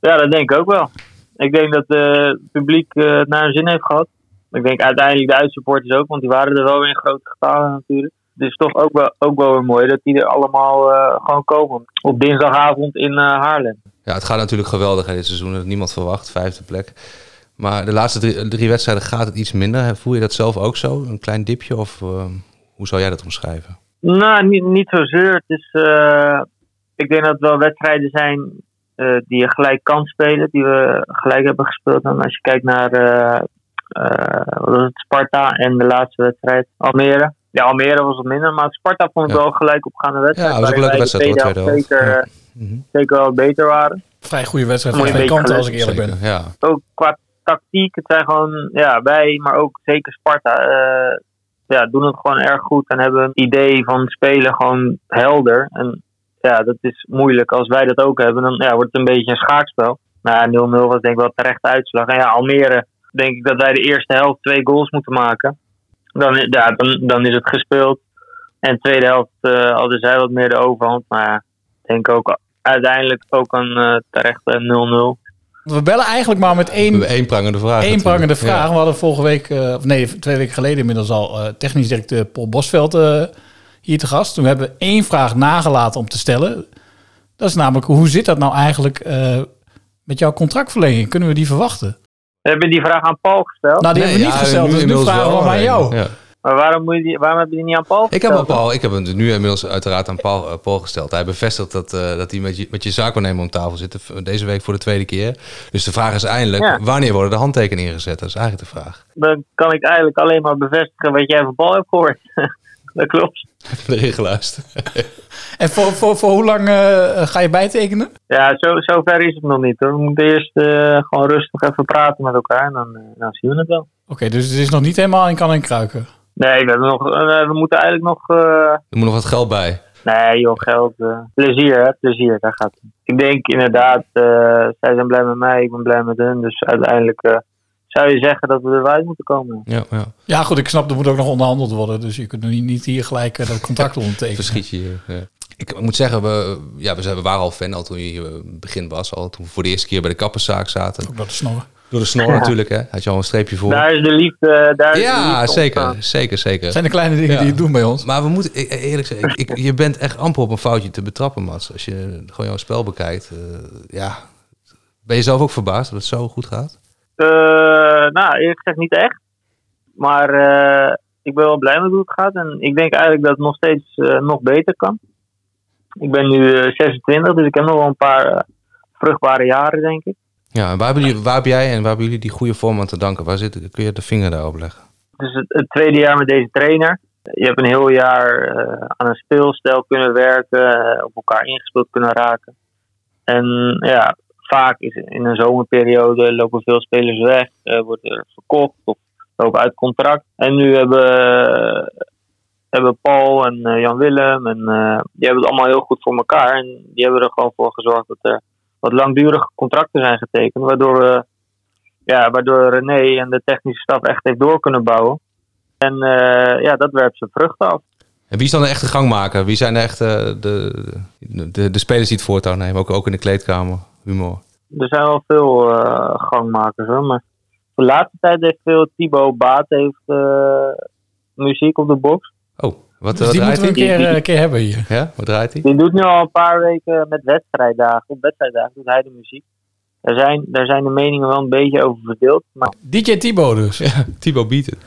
[SPEAKER 9] Ja, dat denk ik ook wel. Ik denk dat eh, het publiek eh, het naar hun zin heeft gehad. Ik denk uiteindelijk de uitsupporters ook, want die waren er wel weer in grote getalen natuurlijk. Het is toch ook wel, ook wel weer mooi dat die er allemaal eh, gewoon komen. Op dinsdagavond in eh, Haarlem.
[SPEAKER 3] Ja, het gaat natuurlijk geweldig hè, dit seizoen. Dat had niemand verwacht. Vijfde plek. Maar de laatste drie, drie wedstrijden gaat het iets minder. Hè, Voel je dat zelf ook zo? Een klein dipje? Of eh, hoe zou jij dat omschrijven?
[SPEAKER 9] Nou, niet, niet zozeer. Het is, eh, ik denk dat het wel wedstrijden zijn eh, die je gelijk kan spelen. Die we gelijk hebben gespeeld. En als je kijkt naar eh, eh, wat was het, Sparta en de laatste wedstrijd Almere. Ja, Almere was wat minder. Maar Sparta vond ik wel gelijk opgaande wedstrijd.
[SPEAKER 3] Ja, dat was ook een leuke
[SPEAKER 9] waarin wij de
[SPEAKER 3] wedstrijd,
[SPEAKER 9] tweede
[SPEAKER 3] hoor,
[SPEAKER 9] helft
[SPEAKER 3] tweede Mhm.
[SPEAKER 9] Zeker, zeker wel beter waren.
[SPEAKER 15] Vrij goede wedstrijd van
[SPEAKER 9] Moet je
[SPEAKER 15] twee
[SPEAKER 9] een beetje
[SPEAKER 15] kanten als ik
[SPEAKER 9] gelukkig
[SPEAKER 15] eerlijk ben.
[SPEAKER 3] Ja.
[SPEAKER 9] ook qua tactiek, het zijn gewoon, ja, wij, maar ook zeker Sparta, eh, ja, doen het gewoon erg goed en hebben een idee van spelen gewoon helder. En ja, dat is moeilijk. Als wij dat ook hebben, dan ja, wordt het een beetje een schaakspel. Nou, ja, 0-0 was denk ik wel terechte uitslag. En ja, Almere, denk ik dat wij de eerste helft twee goals moeten maken. Dan, ja, dan, dan is het gespeeld. En de tweede helft eh hadden zij wat meer de overhand. Maar ja, ik denk ook uiteindelijk ook een eh, terechte 0-0.
[SPEAKER 15] We bellen eigenlijk maar met één,
[SPEAKER 3] Eén prangende vraag.
[SPEAKER 15] één
[SPEAKER 3] natuurlijk.
[SPEAKER 15] prangende vraag.
[SPEAKER 3] Ja.
[SPEAKER 15] We hadden vorige week, eh, of nee, twee weken geleden inmiddels al eh, technisch directeur Paul Bosveld eh, hier te gast. Toen hebben we één vraag nagelaten om te stellen. Dat is namelijk, hoe zit dat nou eigenlijk eh, met jouw contractverlenging? Kunnen we die verwachten?
[SPEAKER 9] We hebben die vraag aan Paul gesteld.
[SPEAKER 15] Nou, die hebben we niet gesteld, dus nu vragen we hem aan jou.
[SPEAKER 9] Maar waarom, moet je die, waarom heb je die niet aan Paul
[SPEAKER 3] Ik heb, hem
[SPEAKER 9] gesteld?
[SPEAKER 3] aan Paul, ik heb hem nu inmiddels uiteraard aan Paul, eh, Paul gesteld. Hij bevestigt dat, eh, dat hij met je, met je zaakwaarnemer om tafel zit. eh, Deze week voor de tweede keer. Dus de vraag is eindelijk,
[SPEAKER 9] Ja.
[SPEAKER 3] wanneer worden de handtekeningen gezet? Dat is eigenlijk de vraag.
[SPEAKER 9] Dan kan ik eigenlijk alleen maar bevestigen wat jij van Paul hebt gehoord. dat klopt.
[SPEAKER 3] Heb je erin geluisterd?
[SPEAKER 15] En voor, voor, voor hoe lang eh, ga je bijtekenen?
[SPEAKER 9] Ja, zo, zo ver is het nog niet. hoor. We moeten eerst eh, gewoon rustig even praten met elkaar en dan, eh, dan zien we het wel.
[SPEAKER 15] Oké, dus het is nog niet helemaal in kan en kruiken.
[SPEAKER 9] Nee, we, hebben nog, eh, we moeten eigenlijk nog... eh,
[SPEAKER 3] Er moet nog wat geld bij.
[SPEAKER 9] nee joh, geld. eh, plezier hè, plezier, daar gaat het. Ik denk inderdaad, eh, zij zijn blij met mij, ik ben blij met hun. Dus uiteindelijk eh, zou je zeggen dat we eruit moeten komen.
[SPEAKER 3] Ja, ja.
[SPEAKER 15] Ja, goed, ik snap, er moet ook nog onderhandeld worden. Dus je kunt niet, niet hier gelijk eh, dat contract ondertekenen.
[SPEAKER 3] Verschiet je hier. Ja. Ik moet zeggen, we, ja, we, zijn, we waren al fan al toen je hier in het begin was. Al toen we voor de eerste keer bij de kapperszaak zaten.
[SPEAKER 15] Ook dat is snor.
[SPEAKER 3] Door de snor
[SPEAKER 15] Ja.
[SPEAKER 3] natuurlijk, hè? Had je al een streepje voor.
[SPEAKER 9] Daar is de liefde. eh, Daar is de
[SPEAKER 3] ja,
[SPEAKER 9] liefde
[SPEAKER 3] zeker,
[SPEAKER 9] ontstaan.
[SPEAKER 3] zeker, zeker.
[SPEAKER 15] Zijn de kleine dingen die het doen bij ons.
[SPEAKER 3] Maar we moeten e- eerlijk zijn, ik, ik- je bent echt amper op een foutje te betrappen, Mats. Als je gewoon jouw spel bekijkt, eh, ja. Ben je zelf ook verbaasd dat het zo goed gaat?
[SPEAKER 9] Eh, nou, eerlijk gezegd niet echt. Maar eh, ik ben wel blij met hoe het gaat. En ik denk eigenlijk dat het nog steeds eh, nog beter kan. Ik ben nu eh, 26, dus ik heb nog wel een paar eh, vruchtbare jaren, denk ik.
[SPEAKER 3] Ja, en waar, hebben jullie, waar heb jij en waar hebben jullie die goede vorm aan te danken? Waar zit, kun je de vinger daarop leggen?
[SPEAKER 9] Dus Het is het, het tweede jaar met deze trainer. Je hebt een heel jaar eh, aan een speelstijl kunnen werken, eh, op elkaar ingespeeld kunnen raken. En ja, vaak is in een zomerperiode lopen veel spelers weg, eh, wordt er verkocht of lopen uit contract. En nu hebben, hebben Paul en eh, Jan Willem en eh, die hebben het allemaal heel goed voor elkaar. En die hebben er gewoon voor gezorgd dat er wat langdurige contracten zijn getekend, waardoor we ja, waardoor René en de technische staf echt heeft door kunnen bouwen. En eh, ja, dat werpt zijn vruchten af.
[SPEAKER 3] En wie is dan de echte gangmaker? Wie zijn de echte de, de, de spelers die het voortouw nemen? Ook, ook in de kleedkamer, humor.
[SPEAKER 9] Er zijn wel veel eh, gangmakers hoor, maar de laatste tijd heeft veel Thibaut Baat heeft, eh, muziek op de box.
[SPEAKER 3] Oh, wat,
[SPEAKER 15] Dus
[SPEAKER 3] wat
[SPEAKER 15] die
[SPEAKER 3] draait
[SPEAKER 15] moeten we een
[SPEAKER 3] hij?
[SPEAKER 15] keer, eh, een keer hebben hier.
[SPEAKER 3] Ja, wat draait hij?
[SPEAKER 9] Die doet nu al een paar weken met wedstrijddagen. Op wedstrijddagen doet hij de muziek. Daar zijn, daar zijn de meningen wel een beetje over verdeeld, maar
[SPEAKER 15] DJ Tibo dus.
[SPEAKER 3] Ja, Tibo Bieten.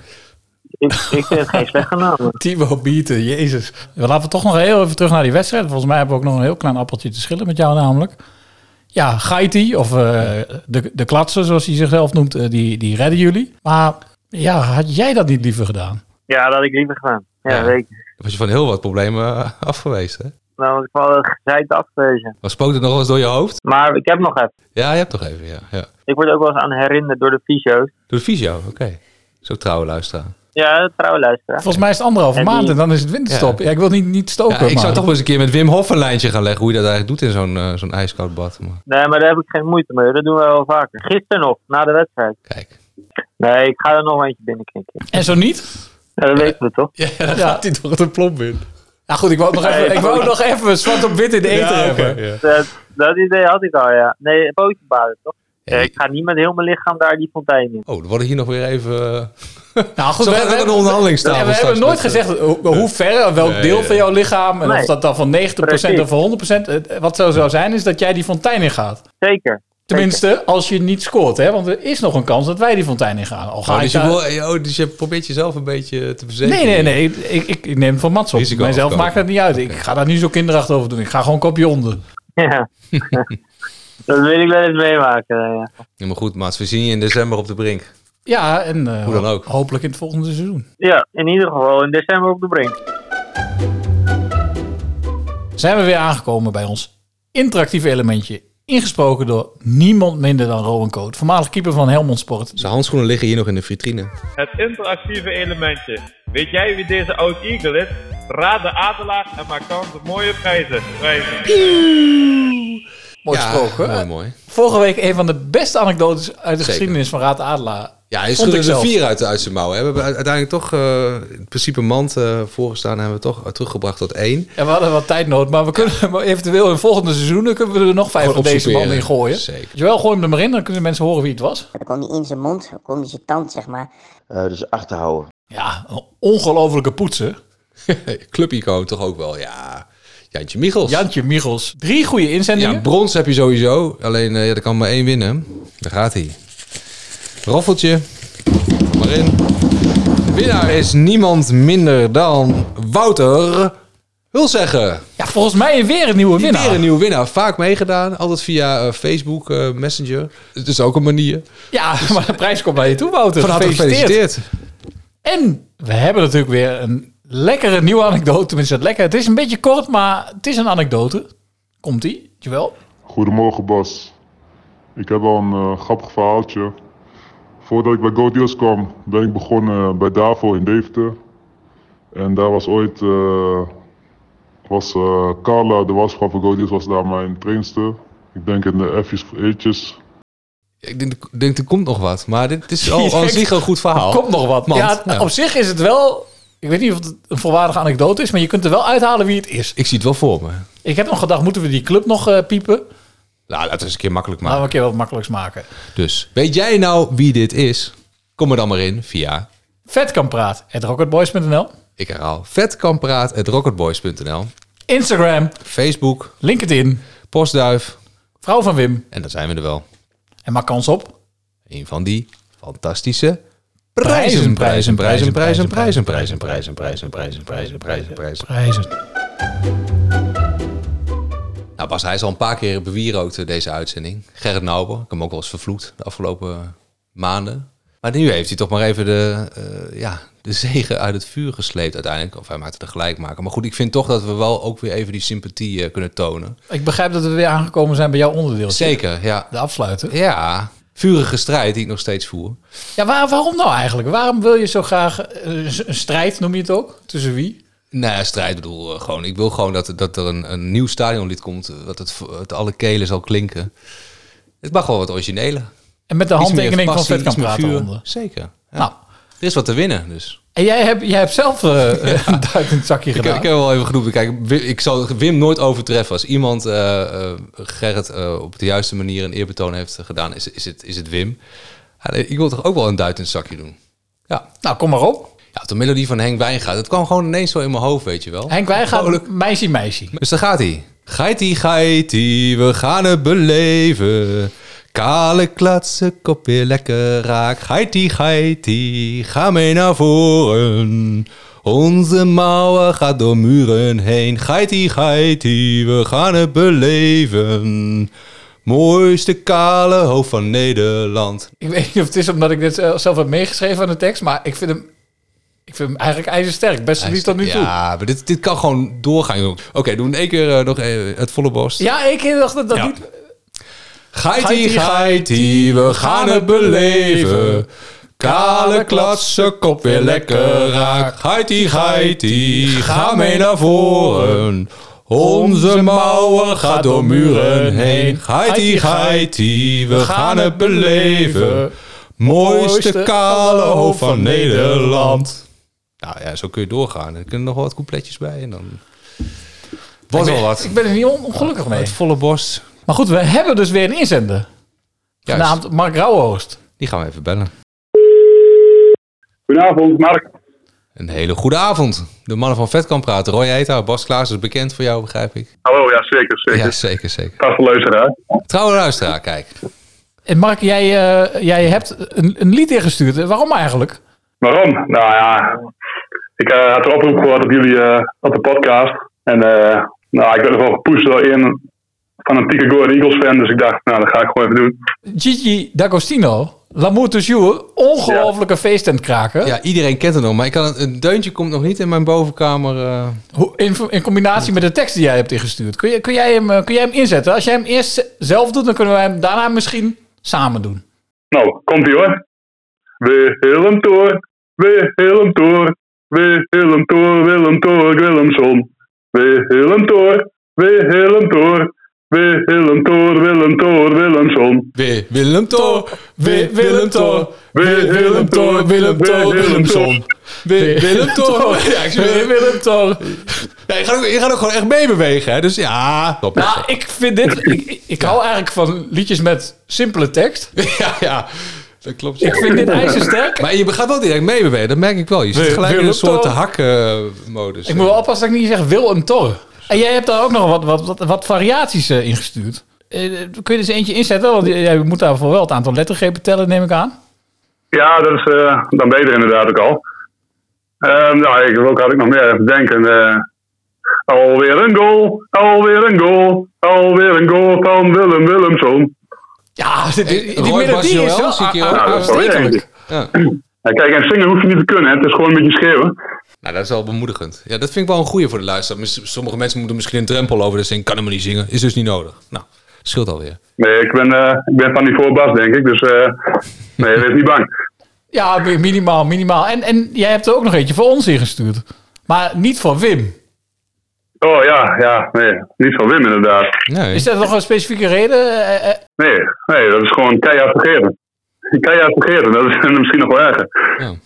[SPEAKER 9] ik, ik vind het geen slechte naam.
[SPEAKER 15] Tibo Bieten, jezus. We laten we toch nog heel even terug naar die wedstrijd. Volgens mij hebben we ook nog een heel klein appeltje te schillen met jou namelijk. Ja, Gaiti, of eh, de, de klatsen zoals hij zichzelf noemt, eh, die, die redden jullie. Maar ja, had jij dat niet liever gedaan?
[SPEAKER 9] Ja, dat had ik liever gedaan. Ja,
[SPEAKER 3] Ja.
[SPEAKER 9] zeker.
[SPEAKER 3] Was je van heel wat problemen af geweest, hè?
[SPEAKER 9] Nou, was ik wel een gezeid afwezen.
[SPEAKER 3] Was spookt het nog wel eens door je hoofd?
[SPEAKER 9] Maar ik heb nog even.
[SPEAKER 3] Ja, je hebt toch even, ja. ja.
[SPEAKER 9] Ik word ook wel eens aan herinnerd door de fysio's.
[SPEAKER 3] Door de fysio, oké. Zo trouwe luisteraar.
[SPEAKER 9] Ja, trouw luisteraar.
[SPEAKER 15] Volgens mij is het anderhalve
[SPEAKER 9] En die-
[SPEAKER 15] maand en dan is het winterstop.
[SPEAKER 3] Ja.
[SPEAKER 15] Ja, ik wil niet, niet
[SPEAKER 3] Ja,
[SPEAKER 15] stoken.
[SPEAKER 3] ik zou
[SPEAKER 15] maar-
[SPEAKER 3] toch wel eens een keer met Wim Hof een lijntje gaan leggen hoe je dat eigenlijk doet in zo'n eh, zo'n ijskoud bad. Maar
[SPEAKER 9] Nee, maar daar heb ik geen moeite mee. Dat doen we wel vaker. Gisteren nog, na de wedstrijd.
[SPEAKER 3] Kijk.
[SPEAKER 9] Nee, ik ga er nog eentje binnenknikken.
[SPEAKER 15] En zo niet?
[SPEAKER 9] Ja, dat weten we toch?
[SPEAKER 3] Ja, dan gaat hij toch een plomp in.
[SPEAKER 15] Ja, goed, ik wou nog even, ik wou nog even zwart op wit in de eten hebben.
[SPEAKER 9] Dat, dat idee had ik al, ja. Nee, bootjebaden toch? Eh, ik ga niet met heel mijn lichaam daar die fontein in.
[SPEAKER 3] Oh, dan worden hier nog weer even... eh,
[SPEAKER 15] Nou goed,
[SPEAKER 3] Zo
[SPEAKER 15] we
[SPEAKER 3] gaat het
[SPEAKER 15] hebben-
[SPEAKER 3] aan de onderhandelingstafel
[SPEAKER 15] en We
[SPEAKER 3] straks
[SPEAKER 15] hebben nooit
[SPEAKER 3] met, eh,
[SPEAKER 15] gezegd hoe, hoe ver, en welk
[SPEAKER 3] Nee,
[SPEAKER 15] deel
[SPEAKER 3] nee.
[SPEAKER 15] van jouw lichaam. En
[SPEAKER 9] Nee.
[SPEAKER 15] of dat dan van 90% of
[SPEAKER 9] Precies.
[SPEAKER 15] van 100%. eh, Wat zo zou zijn, is dat jij die fontein in gaat.
[SPEAKER 9] Zeker.
[SPEAKER 15] Tenminste, als je niet scoort. Hè? Want er is nog een kans dat wij die fontein in gaan. Al ga
[SPEAKER 3] Oh,
[SPEAKER 15] ik
[SPEAKER 3] dus, je
[SPEAKER 15] daar-
[SPEAKER 3] wil- eh, oh, dus je probeert jezelf een beetje te verzekeren.
[SPEAKER 15] Nee, nee, nee. Ik, ik, ik neem het van Mats op.
[SPEAKER 3] Risico
[SPEAKER 15] Mijzelf
[SPEAKER 3] afkopen.
[SPEAKER 15] maakt het niet uit. Ik ga daar nu zo kinderachtig over doen. Ik ga gewoon een kopje onder.
[SPEAKER 9] Ja. dat wil ik wel eens meemaken. eh, Ja.
[SPEAKER 3] Ja, maar goed, Maats, we zien je in december op de brink.
[SPEAKER 15] Ja, en eh,
[SPEAKER 3] Hoe dan ook.
[SPEAKER 15] hopelijk in het volgende seizoen.
[SPEAKER 9] ja, in ieder geval in december op de brink.
[SPEAKER 15] zijn we weer aangekomen bij ons interactieve elementje. Ingesproken door niemand minder dan Rowan Coot, voormalig keeper van Helmond Sport.
[SPEAKER 3] Zijn handschoenen liggen hier nog in de vitrine.
[SPEAKER 1] Het interactieve elementje. Weet jij wie deze oud Eagle is? Raad de Adelaar en maak kans op mooie prijzen. prijzen.
[SPEAKER 15] Mooi
[SPEAKER 3] Ja,
[SPEAKER 15] gesproken.
[SPEAKER 3] mooi, mooi.
[SPEAKER 15] Vorige week een van de beste anekdotes uit de
[SPEAKER 3] Zeker.
[SPEAKER 15] geschiedenis van Raad Adelaar.
[SPEAKER 3] Ja, hij
[SPEAKER 15] Vond ik
[SPEAKER 3] schudde er
[SPEAKER 15] zelf.
[SPEAKER 3] vier uit, uit zijn mouwen. hè. We hebben u- uiteindelijk toch eh, in principe een mand eh, voorgestaan... en hebben we toch eh, teruggebracht tot één.
[SPEAKER 15] En we hadden wat tijdnood, maar we kunnen maar eventueel in volgende seizoenen kunnen we er nog vijf
[SPEAKER 3] Gewoon
[SPEAKER 15] van deze
[SPEAKER 3] opsoeperen.
[SPEAKER 15] man in gooien.
[SPEAKER 3] Zeker.
[SPEAKER 15] Jawel, gooi hem er maar in, dan kunnen mensen horen wie het was.
[SPEAKER 8] Dan kom je in zijn mond, dan kom je zijn tand, zeg maar.
[SPEAKER 3] dus achterhouden.
[SPEAKER 15] Ja, een ongelofelijke poetsen.
[SPEAKER 3] Clubicoon toch ook wel, ja. Jantje Michels.
[SPEAKER 15] Jantje Michels. Drie goede inzendingen.
[SPEAKER 3] Ja, brons heb je sowieso. Alleen, eh, ja, er kan maar één winnen. Daar gaat hij. Roffeltje. Kom maar in. De winnaar is niemand minder dan Wouter Hulzeggen.
[SPEAKER 15] Ja, volgens mij weer een nieuwe
[SPEAKER 3] winnaar. Weer een nieuwe winnaar. Vaak meegedaan. Altijd via eh, Facebook, eh, Messenger. Het is ook een manier.
[SPEAKER 15] Ja, maar de prijs komt naar je toe, Wouter.
[SPEAKER 3] Van harte gefeliciteerd.
[SPEAKER 15] En we hebben natuurlijk weer een
[SPEAKER 9] lekkere nieuwe anekdote. Tenminste, lekker. Het is een beetje kort, maar het is een anekdote. Komt-ie, jawel.
[SPEAKER 16] Goedemorgen Bas. Ik heb al een eh, grappig verhaaltje. Voordat ik bij Go Deals kwam, ben ik begonnen eh, bij Davo in Deventer. En daar was ooit eh, was, eh, Carla, de wasvrouw van Go Deals, was daar mijn trainster. Ik denk in de F's voor E'tjes.
[SPEAKER 3] Ik denk, ik denk, er komt nog wat. Maar dit is al, al
[SPEAKER 9] denkt,
[SPEAKER 3] zich een goed verhaal.
[SPEAKER 9] Er komt nog wat, man. Ja,
[SPEAKER 3] nou.
[SPEAKER 9] op zich is het wel... Ik weet niet of het een volwaardige anekdote is, maar je kunt er wel uithalen wie het is.
[SPEAKER 3] Ik zie het wel voor me.
[SPEAKER 9] Ik heb nog gedacht, moeten we die club nog eh, piepen?
[SPEAKER 3] Nou, laten we eens een keer makkelijk
[SPEAKER 9] Laten
[SPEAKER 3] maken.
[SPEAKER 9] we een keer wat makkelijks maken.
[SPEAKER 3] Dus, weet jij nou wie dit is? Kom er dan maar in via...
[SPEAKER 9] Vet kan praat. At rocketboys.nl
[SPEAKER 3] Ik herhaal, vetkampraat.rocketboys.nl
[SPEAKER 9] Instagram.
[SPEAKER 3] Facebook.
[SPEAKER 9] LinkedIn.
[SPEAKER 3] Postduif.
[SPEAKER 9] Vrouw van Wim.
[SPEAKER 3] En daar zijn we er wel.
[SPEAKER 9] En maak kans op.
[SPEAKER 3] Een van die fantastische prijzen, prijzen, prijzen, prijzen, prijzen, prijzen, prijzen, prijzen, prijzen, prijzen, prijzen, prijzen.
[SPEAKER 9] Prijzen.
[SPEAKER 3] Nou Bas, hij is al een paar keer bewierookt eh, deze uitzending. Gerrit Nauber, ik heb hem ook wel eens vervloed de afgelopen maanden. Maar nu heeft hij toch maar even de, eh, ja, de zegen uit het vuur gesleept uiteindelijk. Of hij maakte de gelijk maken. Maar goed, ik vind toch dat we wel ook weer even die sympathie eh, kunnen tonen.
[SPEAKER 9] Ik begrijp dat we weer aangekomen zijn bij jouw onderdeel.
[SPEAKER 3] Zeker, ja.
[SPEAKER 9] De afsluiten.
[SPEAKER 3] Ja, vurige strijd die ik nog steeds voer.
[SPEAKER 9] Ja, waar- waarom nou eigenlijk? Waarom wil je zo graag eh, z- een strijd, noem je het ook? Tussen wie?
[SPEAKER 3] Nou ja, strijd ik bedoel eh, gewoon. Ik wil gewoon dat, dat er een, een nieuw stadionlid komt. eh, Dat het voor- uit alle kelen zal klinken. Het mag wel wat originele.
[SPEAKER 9] En met de
[SPEAKER 3] Iets meer
[SPEAKER 9] handtekening van
[SPEAKER 3] passie,
[SPEAKER 9] Vet kan
[SPEAKER 3] iets meer
[SPEAKER 9] praten.
[SPEAKER 3] vuur.
[SPEAKER 9] onder.
[SPEAKER 3] Zeker. Ja.
[SPEAKER 9] Nou,
[SPEAKER 3] Er is wat te winnen, dus.
[SPEAKER 9] en jij hebt, jij hebt zelf eh een duit in het zakje
[SPEAKER 3] Ik, ik
[SPEAKER 9] gedaan.
[SPEAKER 3] heb wel even genoemd. Kijk, Wim- ik zal Wim nooit overtreffen. Als iemand eh, eh, Gerrit eh, op de juiste manier een eerbetoon heeft gedaan, is, is, het, is het Wim. Ja, nee, ik wil toch ook wel een duit in het zakje doen. Ja.
[SPEAKER 9] Nou, kom maar op.
[SPEAKER 3] Ja, de melodie van Henk Wijngaard. Dat kwam gewoon ineens zo in mijn hoofd, weet je wel.
[SPEAKER 9] Henk Wijngaard, meisje, meisje.
[SPEAKER 3] Dus daar gaat hij. Geitie, geitie, we gaan het beleven. Kale klatsen, kopje lekker raak. Geitie, geitie, ga mee naar voren. Onze mouwen gaat door muren heen. Geitie, geitie, we gaan het beleven. Mooiste kale hoofd van Nederland.
[SPEAKER 9] Ik weet niet of het is omdat ik dit eh, zelf heb meegeschreven aan de tekst, maar ik vind hem, ik vind hem eigenlijk ijzersterk. Best verlies tot nu toe.
[SPEAKER 3] Ja, maar dit, dit kan gewoon doorgaan. jongen. Oké, doe in één keer eh, nog eh, het volle borst.
[SPEAKER 9] Ja, ik dacht dat dat niet...
[SPEAKER 3] Geitie, geitie, we gaan het beleven. Kale klatsen, kop weer lekker raak. Geitie, geitie, ga mee naar voren. Onze mouwen gaat door muren heen. Geitie, geitie, we gaan het beleven. Mooiste kale hoofd van Nederland. Nou ja, zo kun je doorgaan. Er kunnen nog wel wat coupletjes bij en dan... Wordt
[SPEAKER 9] Ik
[SPEAKER 3] wel
[SPEAKER 9] ben-
[SPEAKER 3] wat.
[SPEAKER 9] Ik ben er niet on- ongelukkig mee.
[SPEAKER 3] Uit volle borst.
[SPEAKER 9] Maar goed, we hebben dus weer een inzender.
[SPEAKER 3] Juist.
[SPEAKER 9] Genaamd Mark Rauwhoost.
[SPEAKER 3] Die gaan we even bellen.
[SPEAKER 17] Goedenavond, Mark.
[SPEAKER 3] Een hele goede avond. De mannen van Vet kan praten. Roy Heita, Bas Klaas is bekend voor jou, begrijp ik.
[SPEAKER 17] Hallo, Oh ja, zeker, zeker.
[SPEAKER 3] Ja, zeker, zeker.
[SPEAKER 17] Vaste luisteraar.
[SPEAKER 3] Trouwe luisteraar, kijk.
[SPEAKER 9] En Mark, jij, eh, jij hebt een, een lied ingestuurd. Eh, Waarom eigenlijk?
[SPEAKER 17] Waarom? Nou ja, ik eh, had de oproep gehoord op jullie eh, op de podcast. En eh, nou, ik werd er wel gepoest door een van een Pico Go Eagles fan. Dus ik dacht, nou, dat ga ik gewoon even doen.
[SPEAKER 9] Gigi D'Agostino, L'amour toujours, ongelofelijke feest en kraken.
[SPEAKER 3] Ja, iedereen kent het nog, maar ik kan het, een deuntje komt nog niet in mijn bovenkamer. eh.
[SPEAKER 9] Hoe- In, in combinatie met de tekst die jij hebt ingestuurd. Kun, je, kun, jij hem, eh, kun jij hem inzetten? Als jij hem eerst z- zelf doet, dan kunnen wij hem daarna misschien samen doen.
[SPEAKER 17] Nou, komt ie hoor. We Willem Toor, we Willem Toor, we Willem Toor, Willem Toor, Willemson. We Willem Toor, we Willem Toor, we Willem Toor, Willem Toor, Willemson.
[SPEAKER 3] We Willem Toor, we Willem Toor,
[SPEAKER 17] we Willem Toor, Willem Toor, Willemson.
[SPEAKER 3] We Willem Toor. Ja, ik zweer.
[SPEAKER 9] Willem Toor.
[SPEAKER 3] Ja, je, gaat ook, je gaat ook gewoon echt meebewegen, hè? Dus ja. Top,
[SPEAKER 9] Nou, ik vind dit... Ik, ik- ik hou eigenlijk van liedjes met simpele tekst.
[SPEAKER 3] Ja, ja. Dat klopt.
[SPEAKER 9] Ik vind dit ijzersterk.
[SPEAKER 3] Maar je gaat wel direct meebewegen, dat merk ik wel. Je zit
[SPEAKER 9] We-
[SPEAKER 3] gelijk in een
[SPEAKER 9] Willem
[SPEAKER 3] soort
[SPEAKER 9] Toor.
[SPEAKER 3] hakken-modus.
[SPEAKER 9] Ik moet wel oppassen dat ik niet zeg Willem Toor. En jij hebt daar ook nog wat, wat, wat, wat variaties eh, ingestuurd. Eh, kun je er eens eentje inzetten? Want jij moet daarvoor wel het aantal lettergrepen tellen, neem ik aan.
[SPEAKER 17] Ja, dat is eh, dan beter inderdaad ook al. Ehm nou, ik, welke had ik nog meer even denken? eh, alweer een goal, alweer een goal, alweer een goal van Willem Willemson.
[SPEAKER 9] Ja, die, die
[SPEAKER 3] Eh, Roy
[SPEAKER 9] melodie
[SPEAKER 3] Bas Joël
[SPEAKER 9] is wel Ah,
[SPEAKER 3] zie ik hier
[SPEAKER 9] a-
[SPEAKER 3] ook,
[SPEAKER 9] a-
[SPEAKER 3] eh,
[SPEAKER 9] aanstekelijk.
[SPEAKER 3] Ja.
[SPEAKER 18] Ja, kijk, en zingen hoef je niet te kunnen, hè. het is gewoon een beetje schreeuwen.
[SPEAKER 3] Nou, dat is wel bemoedigend. Ja, dat vind ik wel een goeie voor de luisteraar. Mis- Sommige mensen moeten misschien een drempel over, dus denken, kan helemaal niet zingen. Is dus niet nodig. Nou, scheelt alweer.
[SPEAKER 18] Nee, ik ben, eh, ik ben van die voorbas, denk ik, dus eh, nee, wees niet bang.
[SPEAKER 9] Ja, minimaal, minimaal. En, en jij hebt er ook nog eentje voor ons ingestuurd. Maar niet voor Wim.
[SPEAKER 18] Oh ja, ja, nee, niet van Wim inderdaad.
[SPEAKER 9] Is dat nog een specifieke reden? Eh, eh,
[SPEAKER 18] Nee, nee, dat is gewoon keihard vergeten. Keihard vergeten, dat is misschien nog wel erger.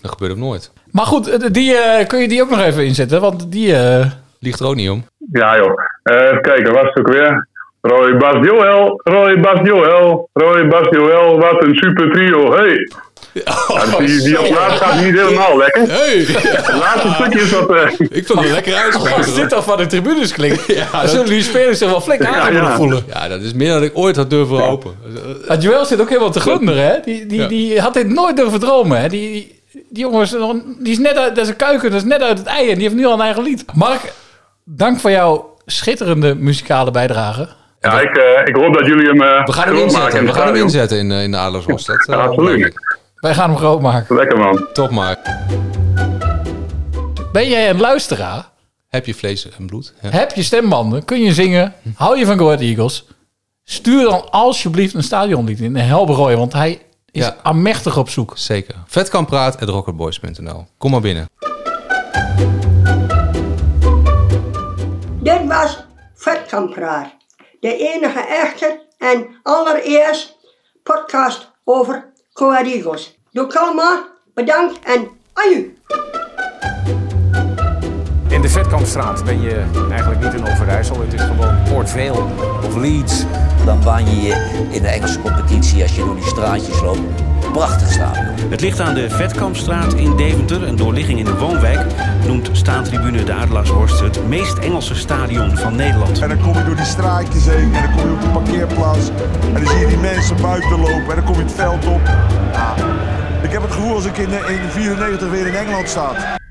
[SPEAKER 3] Dat gebeurt ook nooit.
[SPEAKER 9] Maar goed, eh, die, eh, kun je die ook nog even inzetten? Want die... eh,
[SPEAKER 3] Ligt er ook niet om.
[SPEAKER 18] Ja joh, Eh, even kijken, was het ook weer? Roy Bas Joel, Roy Bas Joel, Roy Bas Joel, wat een super trio, hey! Ja, die die op laatst gaat niet helemaal lekker.
[SPEAKER 3] Hey.
[SPEAKER 18] Het laatste stukje is wat... eh,
[SPEAKER 3] Ik vond het lekker uitspraak.
[SPEAKER 9] Als dit Oh, al van de tribunes klinkt, ja,
[SPEAKER 3] dat-
[SPEAKER 9] zullen die spelers zich wel flink aan moeten voelen.
[SPEAKER 3] Ja, dat is meer dan ik ooit had durven hopen.
[SPEAKER 9] Maar Joel zit ook helemaal te glunderen, hè? Die, die,
[SPEAKER 3] Ja.
[SPEAKER 9] die had dit nooit durven dromen, hè? Die, die, die jongens, eh, die is net uit, dat is een kuiken, dat is net uit het ei en die heeft nu al een eigen lied. Mark, dank voor jouw schitterende muzikale bijdrage.
[SPEAKER 18] ja, ik, eh, ik hoop dat jullie hem eh,
[SPEAKER 3] We gaan hem
[SPEAKER 18] groot maken
[SPEAKER 3] inzetten.
[SPEAKER 18] in
[SPEAKER 3] We
[SPEAKER 18] het
[SPEAKER 3] gaan hem
[SPEAKER 18] stadion.
[SPEAKER 3] inzetten in, eh, in de Adelersworst. Dat, eh,
[SPEAKER 18] Ja, absoluut.
[SPEAKER 9] Wij gaan hem groot maken.
[SPEAKER 18] Lekker man.
[SPEAKER 3] Top maar.
[SPEAKER 9] Ben jij een luisteraar?
[SPEAKER 3] Heb je vlees en bloed? Ja.
[SPEAKER 9] Heb je stembanden? Kun je zingen? Hou je van Go Ahead Eagles? Stuur dan alsjeblieft een stadionlied in. Helberooy, want hij is
[SPEAKER 3] Ja.
[SPEAKER 9] amechtig op zoek.
[SPEAKER 3] Zeker. Vetkampraat.rocketboys.nl Kom maar binnen.
[SPEAKER 8] Dit was Vetkampraar, de enige echte en allereerst podcast over Coadigos. Doe kalma, bedankt en aju!
[SPEAKER 19] In de Vetkampstraat ben je eigenlijk niet in Overijssel, het is gewoon Port Vale.
[SPEAKER 5] Of Leeds. Dan baan je je in de Engelse competitie als je door die straatjes loopt. Prachtig stadion.
[SPEAKER 15] Het ligt aan de Vetkampstraat in Deventer, een doorligging in de woonwijk. Noemt staantribune de Adelaarshorst het meest Engelse stadion van Nederland.
[SPEAKER 13] En dan kom je door die straatjes heen en dan kom je op de parkeerplaats. En dan zie je die mensen buiten lopen en dan kom je het veld op. Ja, ik heb het gevoel als ik in, eh, in 94 weer in Engeland sta.